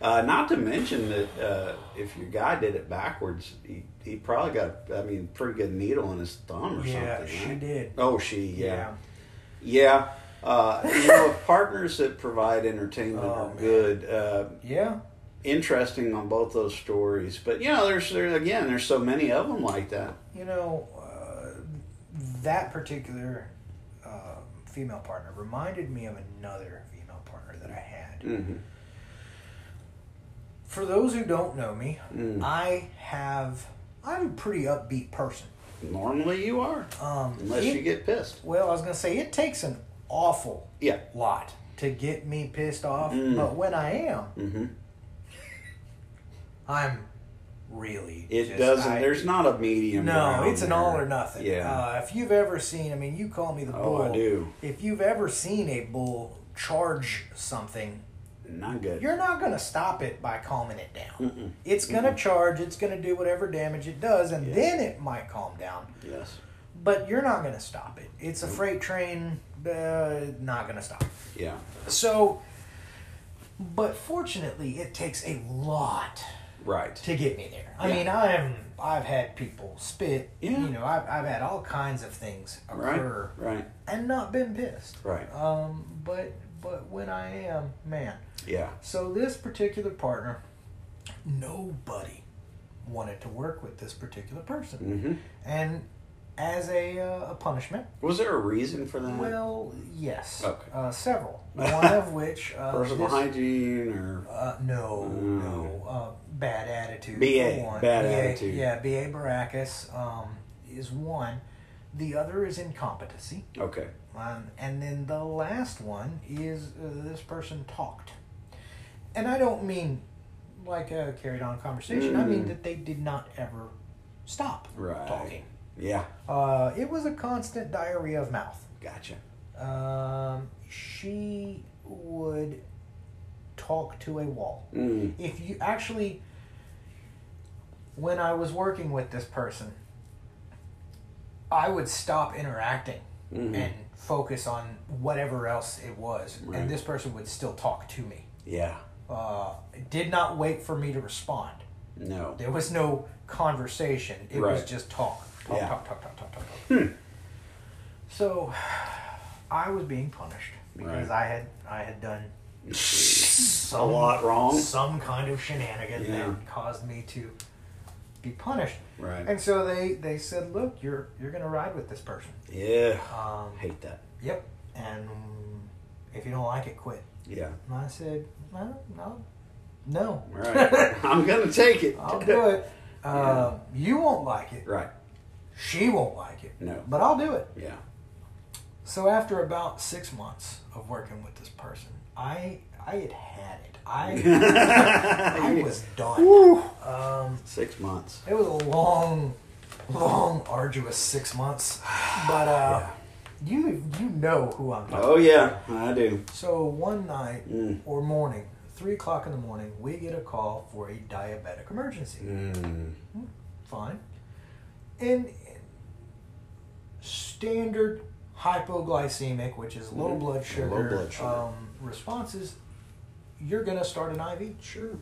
S2: Uh, not to mention that uh, if your guy did it backwards, he, he probably got, I mean, pretty good needle in his thumb or
S1: yeah,
S2: something.
S1: she
S2: right?
S1: did.
S2: Oh, she, yeah. Yeah. Uh, you know, partners that provide entertainment
S1: Oh,
S2: are
S1: man.
S2: good. Uh,
S1: Yeah.
S2: interesting on both those stories. But, you know, there's, there again, there's so many of them like that.
S1: You know, uh, that particular uh, female partner reminded me of another female partner that I had.
S2: Mm-hmm.
S1: For those who don't know me,
S2: Mm.
S1: I have I'm a pretty upbeat person.
S2: Normally you are,
S1: Um,
S2: unless
S1: it-
S2: you get pissed.
S1: well, I was gonna say it takes an awful
S2: Yeah.
S1: lot to get me pissed off,
S2: Mm.
S1: but when I am,
S2: Mm-hmm.
S1: I'm really.
S2: It
S1: just-
S2: doesn't.
S1: I-
S2: there's not a medium.
S1: No,
S2: ground
S1: it's an all
S2: there.
S1: or nothing.
S2: Yeah.
S1: Uh, if you've ever seen, I mean, you call me the
S2: oh,
S1: bull.
S2: I do.
S1: If you've ever seen a bull charge something,
S2: Not good.
S1: you're not going to stop it by calming it down. It's going to charge, it's going to do whatever damage it does, and
S2: Yeah.
S1: then it might calm down.
S2: yes.
S1: But you're not going to stop it. It's a freight train, uh, not going to stop.
S2: Yeah.
S1: So, but fortunately, it takes a lot
S2: Right.
S1: to get me there. I
S2: Yeah.
S1: mean, I'm I've had people spit.
S2: Yeah.
S1: You know, I've, I've had all kinds of things
S2: Right.
S1: occur
S2: Right.
S1: and not been pissed.
S2: Right.
S1: Um, but but when I am, man.
S2: Yeah.
S1: So this particular partner, nobody wanted to work with this particular person,
S2: Mm-hmm.
S1: and as a uh, a punishment,
S2: Was there a reason for that?
S1: well, yes,
S2: Mm. Okay.
S1: uh, several. One of which uh,
S2: Personal
S1: this-
S2: hygiene or
S1: uh, no,
S2: Mm.
S1: no. Uh, bad attitude.
S2: BA,
S1: for one.
S2: bad
S1: BA,
S2: attitude.
S1: Yeah, B.A. Baracus um, is one. The other is incompetency.
S2: okay.
S1: Um, and then the last one is uh, this person talked. And I don't mean like a carried on conversation, I mean
S2: Mm.
S1: that they did not ever stop
S2: Right.
S1: talking.
S2: Yeah.
S1: Uh, it was a constant diarrhea of mouth.
S2: Gotcha.
S1: Um, she would talk to a wall
S2: Mm.
S1: if you actually when i was working with this person i would stop interacting
S2: Mhm.
S1: and focus on whatever else it was
S2: Right.
S1: and this person would still talk to me
S2: Yeah.
S1: uh, did not wait for me to respond
S2: No.
S1: there was no conversation it was
S2: Right.
S1: just talk talk,
S2: Yeah. Hmm.
S1: talk talk talk talk talk talk so i was being punished because
S2: Right.
S1: i had i had done
S2: a lot wrong.
S1: some kind of shenanigan
S2: Yeah.
S1: that caused me to be punished.
S2: Right.
S1: And so they, they said, look, you're you're gonna ride with this person.
S2: Yeah.
S1: Um,
S2: Hate that.
S1: Yep. And if you don't like it, quit.
S2: Yeah.
S1: And I said, no, no, no,
S2: All right. I'm gonna take it.
S1: I'll do it. Uh, You won't like it.
S2: Right.
S1: She won't like it.
S2: No.
S1: But I'll do it.
S2: Yeah.
S1: So after about six months of working with this person, I I had had it. I I was done.
S2: Woo.
S1: Um,
S2: Six months.
S1: It was a long, long, arduous six months, but uh, you you know who I'm talking.
S2: Oh yeah, I do.
S1: So one night
S2: Mm.
S1: or morning, three o'clock in the morning, we get a call for a diabetic emergency.
S2: Mm.
S1: Fine, and standard hypoglycemic, which is low
S2: Mm.
S1: blood sugar,
S2: Low blood sugar.
S1: Um, responses. You're gonna start an IV,
S2: Sure.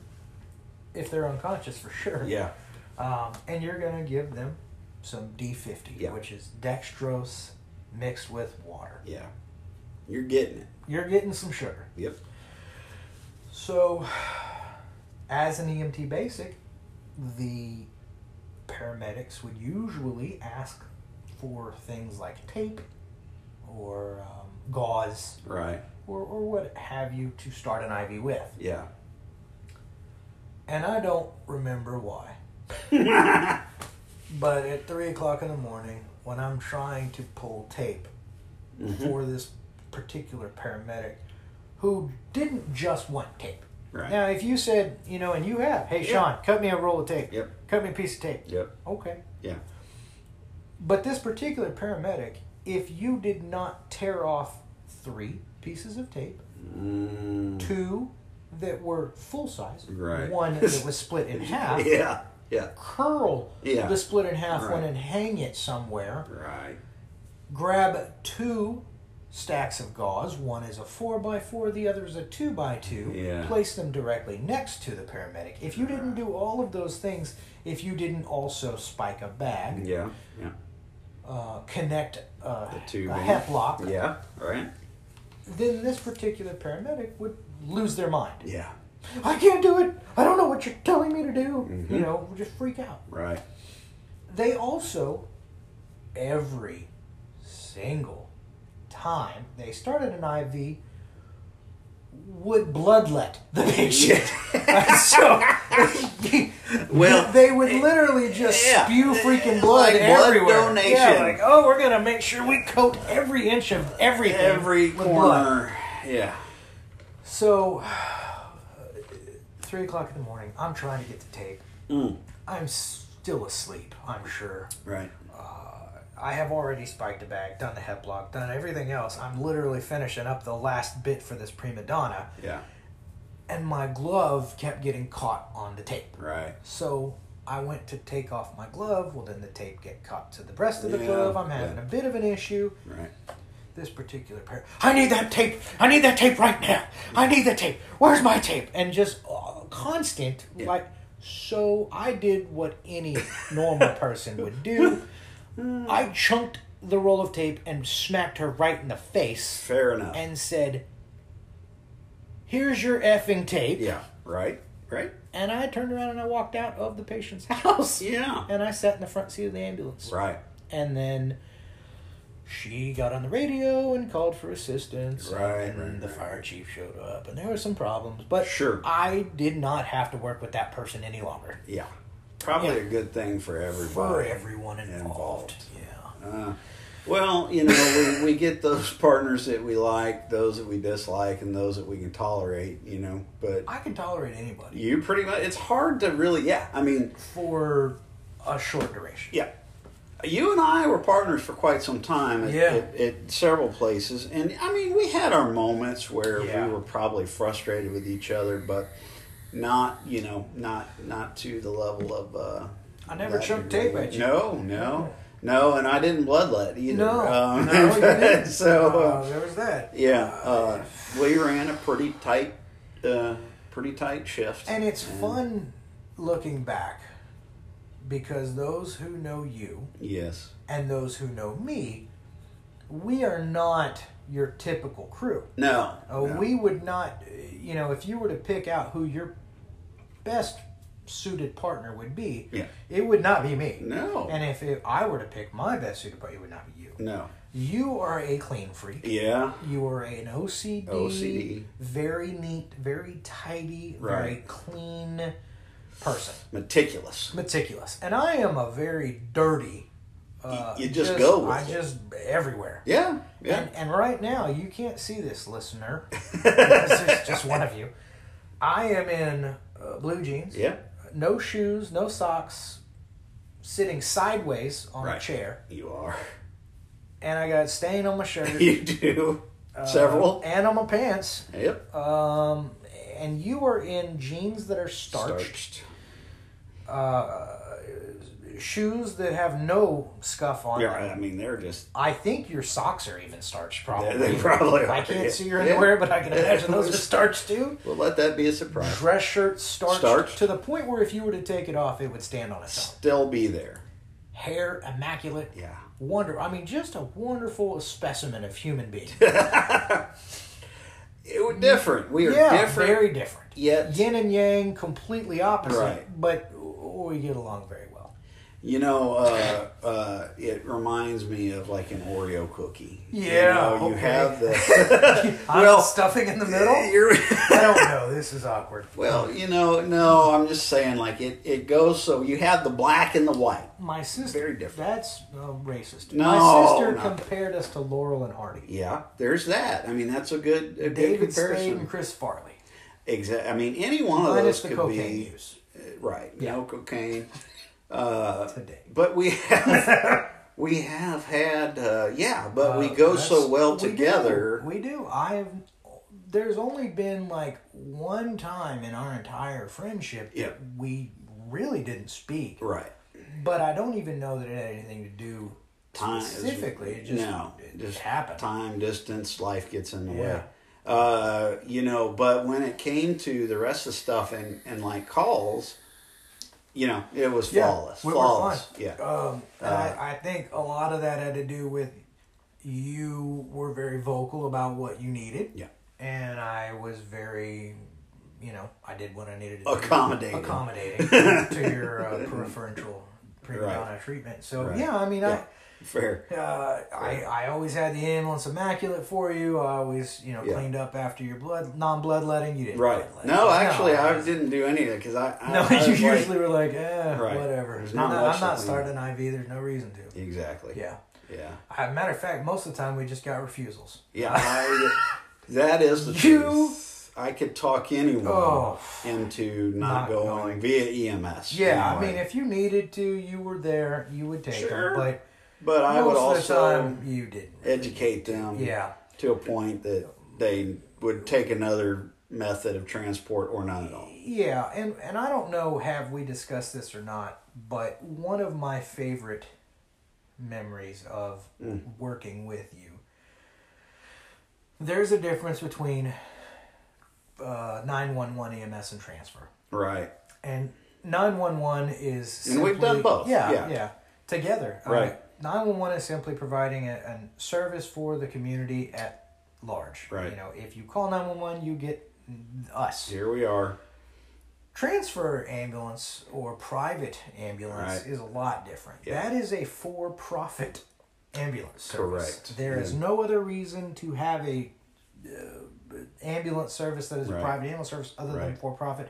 S1: if they're unconscious for sure.
S2: Yeah.
S1: Um, and you're gonna give them some D50,
S2: Yeah.
S1: which is dextrose mixed with water.
S2: Yeah. You're getting it.
S1: You're getting some sugar.
S2: Yep.
S1: So, as an EMT basic, the paramedics would usually ask for things like tape or um, gauze
S2: Right.
S1: or, or what have you to start an IV with.
S2: Yeah.
S1: And I don't remember why. But at three o'clock in the morning, when I'm trying to pull tape
S2: Mhm.
S1: for this particular paramedic, who didn't just want tape.
S2: Right.
S1: Now, if you said, you know, and you have, hey, Sean, cut me a roll of tape.
S2: Yep.
S1: Cut me a piece of tape.
S2: Yep.
S1: Okay.
S2: Yeah.
S1: But this particular paramedic, if you did not tear off three pieces of tape,
S2: Mm.
S1: two that were full size,
S2: Right.
S1: one that was split in half,
S2: Yeah. Yeah.
S1: curl
S2: Yeah.
S1: the split in half
S2: Right.
S1: one and hang it somewhere,
S2: Right.
S1: grab two stacks of gauze. One is a 4x4, the other is a 2x2.
S2: Yeah.
S1: Place them directly next to the paramedic. If you didn't do all of those things, if you didn't also spike a bag,
S2: Yeah. Yeah.
S1: uh, connect uh,
S2: The
S1: a
S2: tubing.
S1: heplock,
S2: Yeah. Right.
S1: then this particular paramedic would lose their mind.
S2: Yeah.
S1: I can't do it. I don't know what you're telling me to do. You
S2: Mhm.
S1: know, just freak out.
S2: Right.
S1: they also every single time they started an IV would bloodlet the patient. so
S2: Well, eh,
S1: they would literally just
S2: yeah.
S1: spew freaking blood
S2: Like blood
S1: everywhere.
S2: donation.
S1: Yeah, like oh, we're gonna make sure we coat every inch of everything,
S2: Every
S1: with blood.
S2: corner. Yeah.
S1: So, three o'clock in the morning. I'm trying to get the tape.
S2: Mm.
S1: I'm still asleep. I'm sure.
S2: Right.
S1: I have already spiked a bag, done the hep block, done everything else. I'm literally finishing up the last bit for this prima donna,
S2: Yeah.
S1: and my glove kept getting caught on the tape.
S2: Right.
S1: So I went to take off my glove. Well, then the tape get caught to the breast of the
S2: Yeah,
S1: glove. I'm having
S2: yeah.
S1: a bit of an issue.
S2: Right.
S1: This particular pair, I need that tape. I need that tape right now. I need that tape. Where's my tape? And just uh, constant,
S2: Yeah.
S1: like. So I did what any normal person would do. I chunked the roll of tape and smacked her right in the face
S2: Fair enough.
S1: and said, Here's your effing tape.
S2: yeah. Right. Right.
S1: And I turned around and I walked out of the patient's house.
S2: Yeah.
S1: And I sat in the front seat of the ambulance.
S2: Right.
S1: And then she got on the radio and called for assistance.
S2: Right,
S1: And
S2: right,
S1: the
S2: right.
S1: fire chief showed up and there were some problems. But
S2: Sure.
S1: I did not have to work with that person any longer.
S2: Yeah. Probably
S1: Yeah.
S2: a good thing for everybody.
S1: For everyone involved.
S2: Involved.
S1: Yeah.
S2: Uh, well, you know, we, we get those partners that we like, those that we dislike, and those that we can tolerate, you know. But
S1: I can tolerate anybody.
S2: you pretty much, it's hard to really, yeah. I mean,
S1: for a short duration.
S2: yeah. You and I were partners for quite some time at,
S1: Yeah.
S2: at, at several places. And I mean, we had our moments where
S1: Yeah.
S2: we were probably frustrated with each other, but not, you know, not not to the level of. Uh,
S1: I never
S2: that
S1: chunked
S2: degree.
S1: tape at you.
S2: No, no. No, and I didn't bloodlet either.
S1: No,
S2: Um,
S1: no, you didn't.
S2: so uh,
S1: Uh, there was that,
S2: Yeah, uh, we ran a pretty tight, uh, pretty tight shift.
S1: and it's fun looking back because those who know you
S2: Yes,
S1: and those who know me, we are not your typical crew.
S2: no,
S1: Oh,
S2: no.
S1: we would not, you know, if you were to pick out who your best suited partner would be,
S2: Yeah.
S1: it would not be me.
S2: no,
S1: And if it, I were to pick my best suited partner, it would not be you.
S2: no,
S1: You are a clean freak.
S2: yeah,
S1: You are an OCD,
S2: OCD.
S1: very neat, very tidy, very
S2: Right.
S1: clean person,
S2: meticulous.
S1: meticulous. And I am a very dirty. Uh,
S2: you just go with
S1: I
S2: it.
S1: just everywhere.
S2: Yeah, yeah,
S1: And, and right now, you can't see this, listener. because it's just one of you. I am in uh, blue jeans,
S2: yeah.
S1: no shoes, no socks, sitting sideways on a
S2: Right.
S1: chair,
S2: You are.
S1: and I got stain on my shirt,
S2: You do
S1: uh,
S2: several.
S1: and on my pants.
S2: Yep.
S1: Um, and you were in jeans that are starched, shoes that have no scuff on
S2: Yeah,
S1: them.
S2: I mean they're just.
S1: I think your socks are even starched, probably.
S2: they probably are,
S1: I can't
S2: yeah.
S1: see your
S2: Yeah.
S1: underwear, but I can imagine those are starched too.
S2: We'll let that be a surprise.
S1: Dress shirt starched,
S2: Starched.
S1: to the point where if you were to take it off, it would stand on its own.
S2: Still be there.
S1: Hair immaculate.
S2: Yeah.
S1: Wonder. I mean, just a wonderful specimen of human being.
S2: It was different. We are
S1: yeah,
S2: different.
S1: very different.
S2: Yet-
S1: yin and yang, completely opposite,
S2: Right.
S1: but we get along very well.
S2: You know, uh, uh, it reminds me of like an Oreo cookie.
S1: Yeah,
S2: you, know, you
S1: okay.
S2: have the
S1: I'm
S2: Well-
S1: stuffing in the middle.
S2: You're-
S1: I don't know. This is awkward.
S2: well, you know, no, I'm just saying, like it, it goes so you have the black and the white.
S1: My sister.
S2: Very different.
S1: That's uh, racist.
S2: No,
S1: My sister
S2: no.
S1: compared us to Laurel and Hardy.
S2: Yeah, there's that. I mean, that's a good, a good
S1: David Spade
S2: comparison.
S1: and Chris Farley.
S2: Exactly. I mean, any one of
S1: Minus
S2: those
S1: the
S2: could
S1: cocaine
S2: be
S1: use
S2: right. No cocaine. uh,
S1: today.
S2: But we have, we have had, uh, yeah. But we go so
S1: That's-
S2: well
S1: we do.
S2: together.
S1: We do. I've. There's only been like one time in our entire friendship
S2: Yeah.
S1: that we really didn't speak.
S2: Right.
S1: But I don't even know that it had anything to do
S2: time
S1: specifically. It just,
S2: no,
S1: it just happened.
S2: time, distance, life gets in the
S1: Yeah.
S2: way. Uh, you know, but when it came to the rest of the stuff and, and like calls, you know, it was flawless.
S1: we were
S2: flawless.
S1: fine.
S2: Yeah. Uh,
S1: Um, and I, I think a lot of that had to do with you were very vocal about what you needed.
S2: Yeah.
S1: And I was very, you know, I did what I needed to do.
S2: Accommodating.
S1: Accommodating to your uh, preferential premodonna treatment. So,
S2: Right.
S1: yeah, I mean,
S2: Yeah. Fair.
S1: I, uh, I I always had the ambulance immaculate for you. I always, you know,
S2: Yeah.
S1: cleaned up after your blood, non bloodletting. You didn't.
S2: Right.
S1: bloodletting.
S2: No, actually, I
S1: was-
S2: didn't do any of it because I, I.
S1: no,
S2: I was
S1: you
S2: like-
S1: usually were like, eh,
S2: Right.
S1: whatever.
S2: There's
S1: I'm
S2: not
S1: not,
S2: much
S1: I'm not
S2: that we-
S1: starting an IV. There's no reason to.
S2: Exactly.
S1: Yeah.
S2: Yeah.
S1: I, matter of fact, most of the time we just got refusals.
S2: Yeah. I, that is the
S1: You-
S2: truth. I could talk anyone
S1: Oh.
S2: into
S1: Not
S2: not, going,
S1: going.
S2: via EMS.
S1: Yeah, I
S2: anyway.
S1: mean, if you needed to, you were there. You would take
S2: Sure.
S1: them,
S2: but
S1: but
S2: I
S1: most
S2: would
S1: of
S2: also
S1: the time you didn't.
S2: educate them.
S1: Yeah.
S2: to a point that they would take another method of transport or not at all.
S1: Yeah, and and I don't know have we discussed this or not, but one of my favorite memories of
S2: Mm.
S1: working with you. There's a difference between uh, 911 EMS and transfer.
S2: Right.
S1: and 911 is
S2: And we've done both,
S1: yeah yeah,
S2: yeah.
S1: together Uh,
S2: Right.
S1: 911 is simply providing a, a service for the community at large
S2: Right.
S1: you know if you call 911 you get us
S2: Here we are.
S1: transfer ambulance or private ambulance
S2: Right.
S1: is a lot different
S2: Yeah.
S1: that is a for-profit ambulance service.
S2: Correct. Mm.
S1: there is
S2: Yeah.
S1: no other reason to have a uh, ambulance service that is a
S2: Right.
S1: private ambulance service other than
S2: Right.
S1: for profit,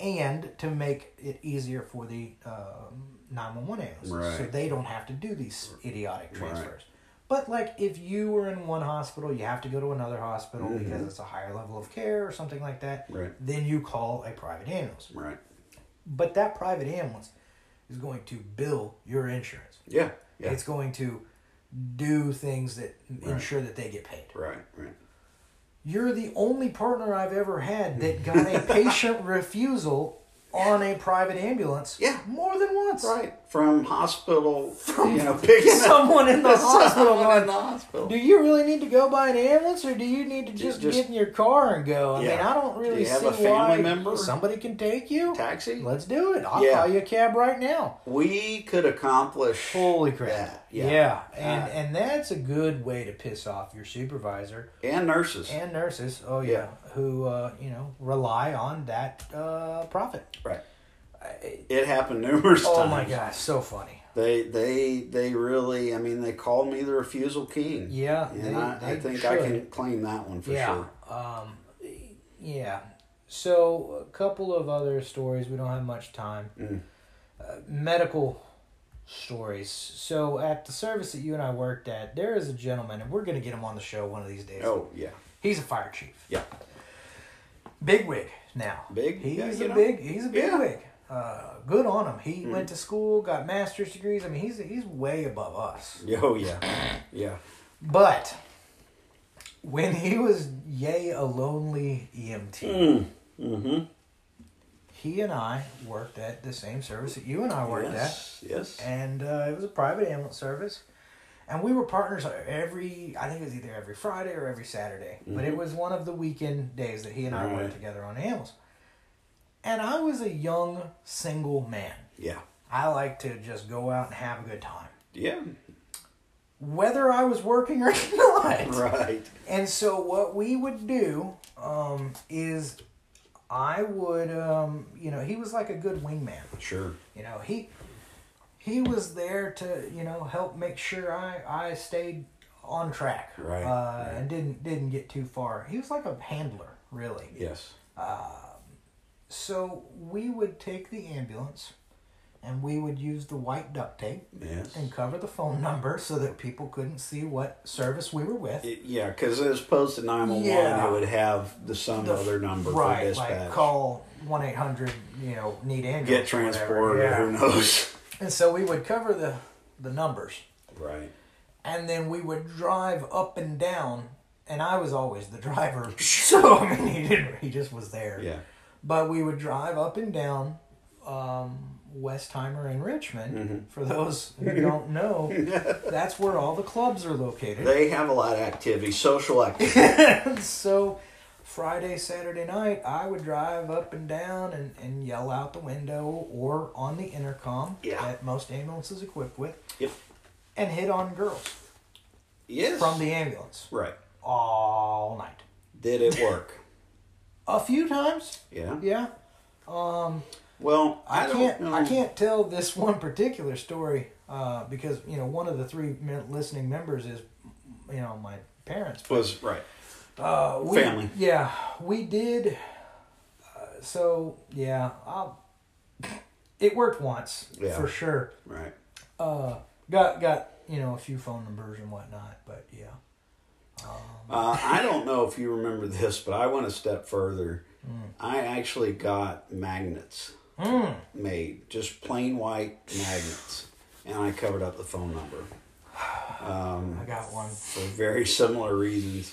S1: and to make it easier for the um, nine one one ambulances, so
S2: Right.
S1: they don't have to do these idiotic transfers. But like, if you were in one hospital, you have to go to another hospital because it's a higher level of care or something like that.
S2: Mm-hmm. Right.
S1: Then you call a private ambulance,
S2: Right.
S1: but that private ambulance is going to bill your insurance.
S2: Yeah. Yeah.
S1: It's going to do things that ensure that they get paid
S2: right. Right.
S1: you're the only partner I've ever had that got a patient refusal on a private ambulance.
S2: Yeah.
S1: More than once.
S2: Right. From hospital, you know, picking up
S1: Someone in the hospital
S2: someone in
S1: going,
S2: the hospital.
S1: do you really need to go by an ambulance or do you need to just,
S2: just-
S1: get in your car and go? I mean,
S2: Yeah.
S1: I don't really
S2: you have
S1: see
S2: a family
S1: why
S2: member?
S1: somebody can take you.
S2: Taxi.
S1: Let's do it. I'll
S2: Yeah.
S1: call you a cab right now.
S2: We could accomplish.
S1: Holy crap.
S2: that.
S1: Yeah.
S2: Yeah.
S1: And
S2: Uh,
S1: and that's a good way to piss off your supervisor
S2: and nurses.
S1: and nurses, oh yeah, who uh, you know, rely on that uh profit.
S2: right. It happened numerous
S1: Oh
S2: times.
S1: my gosh, so funny.
S2: They they they really. I mean, they called me the refusal king.
S1: Yeah,
S2: And
S1: they-
S2: I, I
S1: they
S2: think I can
S1: should.
S2: claim that one for
S1: yeah.
S2: sure.
S1: Um, yeah. So a couple of other stories. We don't have much time. Uh, medical stories. So at the service that you and I worked at, there is a gentleman, and we're gonna get him on the show one of these days.
S2: Oh yeah.
S1: He's a fire chief.
S2: Yeah.
S1: Bigwig now.
S2: Big-
S1: He's
S2: yeah, you
S1: a
S2: know.
S1: big. He's a big
S2: Yeah. Mm-hmm.
S1: wig. Uh, good on him. He went to school, got master's degrees. I mean, he's he's way above us.
S2: Oh yeah, yeah.
S1: But when he was yay a lonely EMT,
S2: Mm-hmm.
S1: he and I worked at the same service that you and I worked
S2: yes, yes.
S1: at, and uh, it was a private ambulance service, and we were partners every. I think it was either every Friday or every Saturday, but it was one of the weekend days that he and I
S2: Mm-hmm. Right.
S1: worked together on ambulance. And I was a young single man.
S2: yeah,
S1: I like to just go out and have a good time,
S2: yeah.
S1: whether I was working or not.
S2: Right.
S1: And so what we would do um, is I would um, you know he was like a good wingman.
S2: Sure.
S1: You know he he was there to you know help make sure I I stayed on track
S2: Right,
S1: uh,
S2: right.
S1: and didn't didn't get too far. He was like a handler really.
S2: Yes.
S1: So we would take the ambulance and we would use the white duct tape
S2: Yes.
S1: and cover the phone number so that people couldn't see what service we were with.
S2: It, yeah, because as opposed to nine one one,
S1: Yeah.
S2: it would have the some
S1: the-
S2: other number
S1: right,
S2: for dispatch.
S1: Like call one eight hundred, you know, need ambulance.
S2: Get
S1: or whatever,
S2: transported. Who
S1: yeah.
S2: knows?
S1: And so we would cover the the numbers,
S2: Right.
S1: and then we would drive up and down. And I was always the driver, so I mean, he didn't. He just was there.
S2: Yeah.
S1: But we would drive up and down um, Westheimer in Richmond.
S2: Mhm.
S1: For those who don't know, that's where all the clubs are located.
S2: They have a lot of activity, social activity.
S1: so Friday, Saturday night, I would drive up and down and, and yell out the window or on the intercom
S2: Yeah.
S1: that most ambulances equipped with
S2: yep.
S1: and hit on girls
S2: Yes.
S1: from the ambulance
S2: right.
S1: all night.
S2: Did it work?
S1: A few times,
S2: Yeah.
S1: yeah.
S2: Well, I,
S1: I, can't.
S2: Don't know.
S1: I can't tell this one particular story uh, because you know one of the three men- listening members is, you know, my parents. But,
S2: Was right.
S1: uh, we,
S2: family.
S1: Yeah, we did. Uh, so yeah, I'll, it worked once
S2: Yeah.
S1: for sure.
S2: Right.
S1: Uh, got got you know a few phone numbers and whatnot, but yeah,
S2: Uh, I don't know if you remember this, but I went a step further.
S1: Hmm.
S2: I actually got magnets made, just plain white magnets, and I covered up the phone number um,
S1: I got one.
S2: for very similar reasons.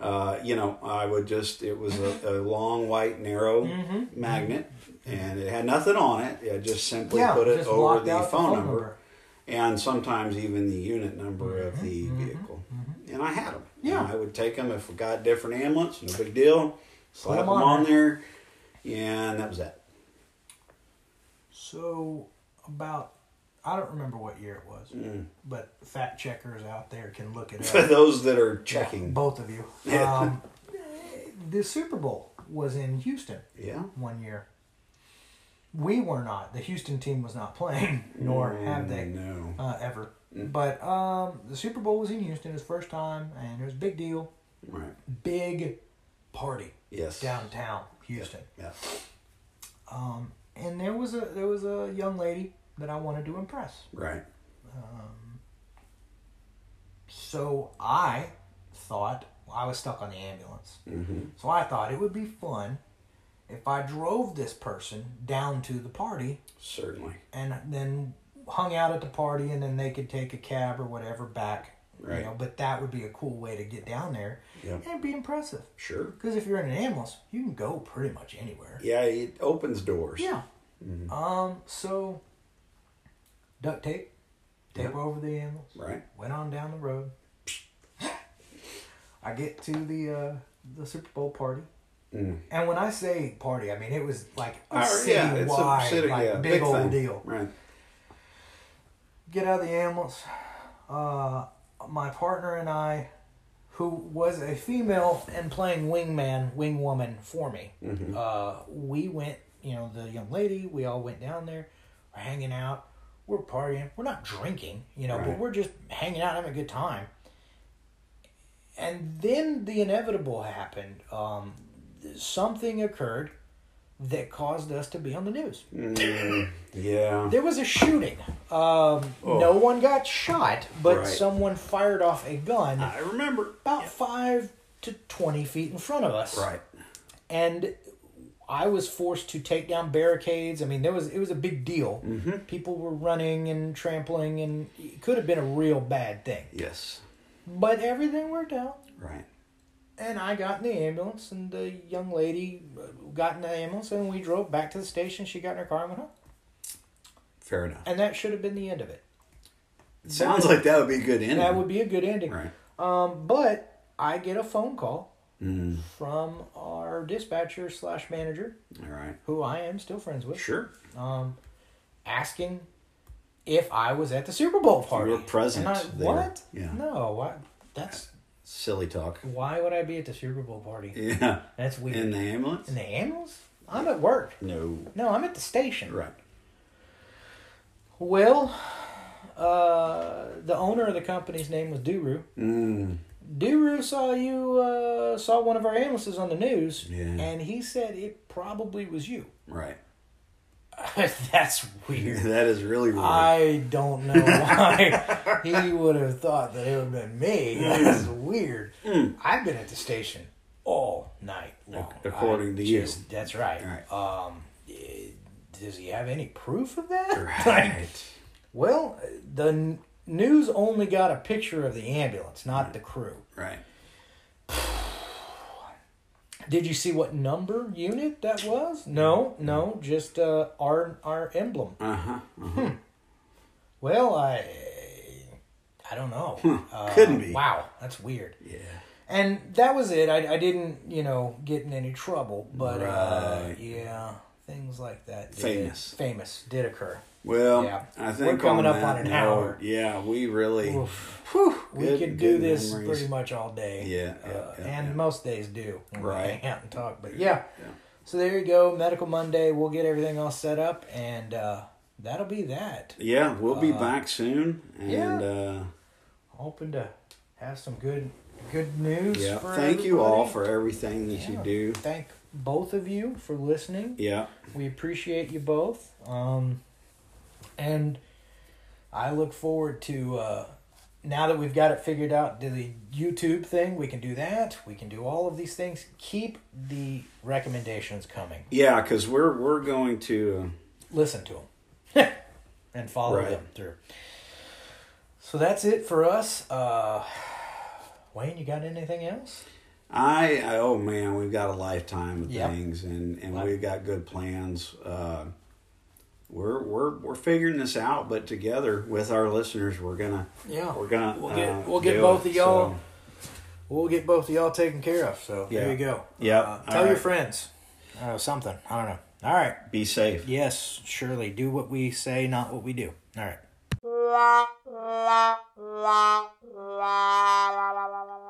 S2: Uh, you know, I would just, it was a, a long, white, narrow
S1: Mm-hmm.
S2: magnet, and it had nothing on it. I just simply
S1: Yeah,
S2: put it
S1: just
S2: over
S1: blocked
S2: the
S1: out
S2: phone,
S1: the phone
S2: number,
S1: number.
S2: and sometimes even the unit number of the vehicle. And I had them.
S1: Mm-hmm, Yeah.
S2: I would take them if we got a different ambulance, no big deal. Slap them
S1: 'em on
S2: on there, and that was that.
S1: So about I don't remember what year it was,
S2: Mm.
S1: but fact checkers out there can look it
S2: For
S1: up.
S2: those that are checking.
S1: Both of you. Um, the Super Bowl was in Houston
S2: Yeah.
S1: one year. We were not. The Houston team was not playing, nor
S2: Mm.
S1: have they
S2: No.
S1: uh, ever.
S2: Mm.
S1: But um, the Super Bowl was in Houston, his first time, and it was a big deal.
S2: Right.
S1: Big party
S2: Yes.
S1: downtown Houston.
S2: Yeah.
S1: And there was a there was a young lady that I wanted to impress.
S2: Right.
S1: So I thought I was stuck on the ambulance.
S2: Mm-hmm.
S1: So I thought it would be fun if I drove this person down to the party
S2: Certainly.
S1: and then hung out at the party and then they could take a cab or whatever back.
S2: Right.
S1: You know, but that would be a cool way to get down there.
S2: Yeah.
S1: And it'd be impressive.
S2: Sure.
S1: Because if you're in an ambulance, you can go pretty much anywhere.
S2: Yeah, it opens doors.
S1: Yeah.
S2: Mm-hmm.
S1: Um, so duct tape, tape over the ambulance.
S2: Right.
S1: Went on down the road. I get to the uh, the Super Bowl party. And when I say party, I mean it was like a
S2: Or, Mm. Uh, Oh, yeah,
S1: city
S2: it's a
S1: wide,
S2: city,
S1: like
S2: yeah,
S1: big, old
S2: thing.
S1: deal.
S2: Right.
S1: Get out of the ambulance. Uh, my partner and I, who was a female and playing wingman, wingwoman for me, uh, we went. You know, the young lady. We all went down there. We're hanging out. We're partying. We're not drinking. You know,
S2: Right.
S1: but we're just hanging out, having a good time. And then the inevitable happened. Um, something occurred that caused us to be on the news.
S2: Yeah.
S1: There was a shooting. Um, No one got shot, but
S2: Oh. Right.
S1: someone fired off a gun
S2: I remember.
S1: about five to 20 feet in front of us.
S2: Right.
S1: And I was forced to take down barricades. I mean, there was it was a big deal.
S2: Mm-hmm.
S1: People were running and trampling, and it could have been a real bad thing.
S2: Yes.
S1: But everything worked out.
S2: Right.
S1: And I got in the ambulance, and the young lady uh, got in the ambulance, and we drove back to the station. She got in her car and went home.
S2: Fair enough.
S1: And that should have been the end of it.
S2: It sounds like that would be a good ending.
S1: That would be a good ending.
S2: Right.
S1: Um, but I get a phone call
S2: Mm.
S1: from our dispatcher slash manager,
S2: All right.
S1: who I am still friends with, um,
S2: Sure.
S1: asking if I was at the Super Bowl party.
S2: were present
S1: And I,
S2: there.
S1: what?
S2: Yeah.
S1: No. I, that's
S2: Silly talk.
S1: why would I be at the Super Bowl party?
S2: Yeah.
S1: That's weird.
S2: In the ambulance?
S1: In the ambulance? I'm at work.
S2: No.
S1: No, I'm at the station.
S2: Right.
S1: Well, uh, the owner of the company's name was Duru.
S2: Mm.
S1: Duru saw you uh, saw one of our ambulances on the news,
S2: Yeah.
S1: and he said it probably was you.
S2: Right.
S1: That's weird.
S2: That is really weird.
S1: I don't know why he would have thought that it would have been
S2: Hmm.
S1: me. That's weird. I've been at the station all night long.
S2: Ac- according
S1: I
S2: to you.
S1: that's right.
S2: Right.
S1: Um, eh, does he have any proof of that? Like,
S2: right.
S1: well, the n- news only got a
S2: Hmm.
S1: picture of the ambulance, not the crew.
S2: Right.
S1: Did you see what number unit that was? No, no, just uh, our our emblem. Hmm.
S2: Uh huh.
S1: Well, I I don't know. Uh,
S2: Hmm, Couldn't be.
S1: Wow, that's weird.
S2: Yeah.
S1: And that was it. I I didn't you know get in any trouble, but uh, yeah, things like that. did-
S2: Famous.
S1: famous did occur.
S2: Well,
S1: Yeah.
S2: I think
S1: We're coming up
S2: on that
S1: on an
S2: note,
S1: hour.
S2: Yeah, we really.
S1: Oof.
S2: Whew,
S1: We
S2: good-
S1: could do
S2: good
S1: this
S2: memories.
S1: pretty much all day.
S2: Yeah, yeah,
S1: uh,
S2: yeah,
S1: and
S2: yeah.
S1: most days do. when we
S2: Right.
S1: Hang out and talk, but yeah.
S2: Yeah.
S1: So there you go, Medical Monday. We'll get everything all set up, and uh, that'll be that.
S2: Yeah, we'll be back soon, and
S1: uh, yeah.
S2: uh,
S1: Hoping to have some good good news.
S2: yeah,
S1: for
S2: thank you all
S1: everybody.
S2: for everything that
S1: Yeah.
S2: you do.
S1: Thank both of you for listening.
S2: Yeah,
S1: We appreciate you both. Um, and I look forward to uh, now that we've got it figured out, do the YouTube thing. We can do that. We can do all of these things. Keep the recommendations coming.
S2: yeah, because we're we're going to. um,
S1: Listen to them and follow
S2: Right.
S1: them through. So that's it for us. Uh, Wayne, you got anything else?
S2: I, I oh man, we've got a lifetime of
S1: Yeah.
S2: things, and and
S1: Wow.
S2: we've got good plans. Uh, we're we're we're figuring this out, but together with our listeners, we're gonna
S1: Yeah,
S2: we're gonna
S1: We'll get-
S2: uh,
S1: we'll get
S2: do
S1: both
S2: it,
S1: of y'all.
S2: so.
S1: We'll get both of y'all taken care of. So
S2: Yeah.
S1: there you go.
S2: Yeah.
S1: Uh, tell
S2: All
S1: your
S2: right.
S1: friends. Uh, something. I don't know. All right.
S2: Be safe.
S1: Yes, surely. Do what we say, not what we do. All right.
S4: la la la la la la la la la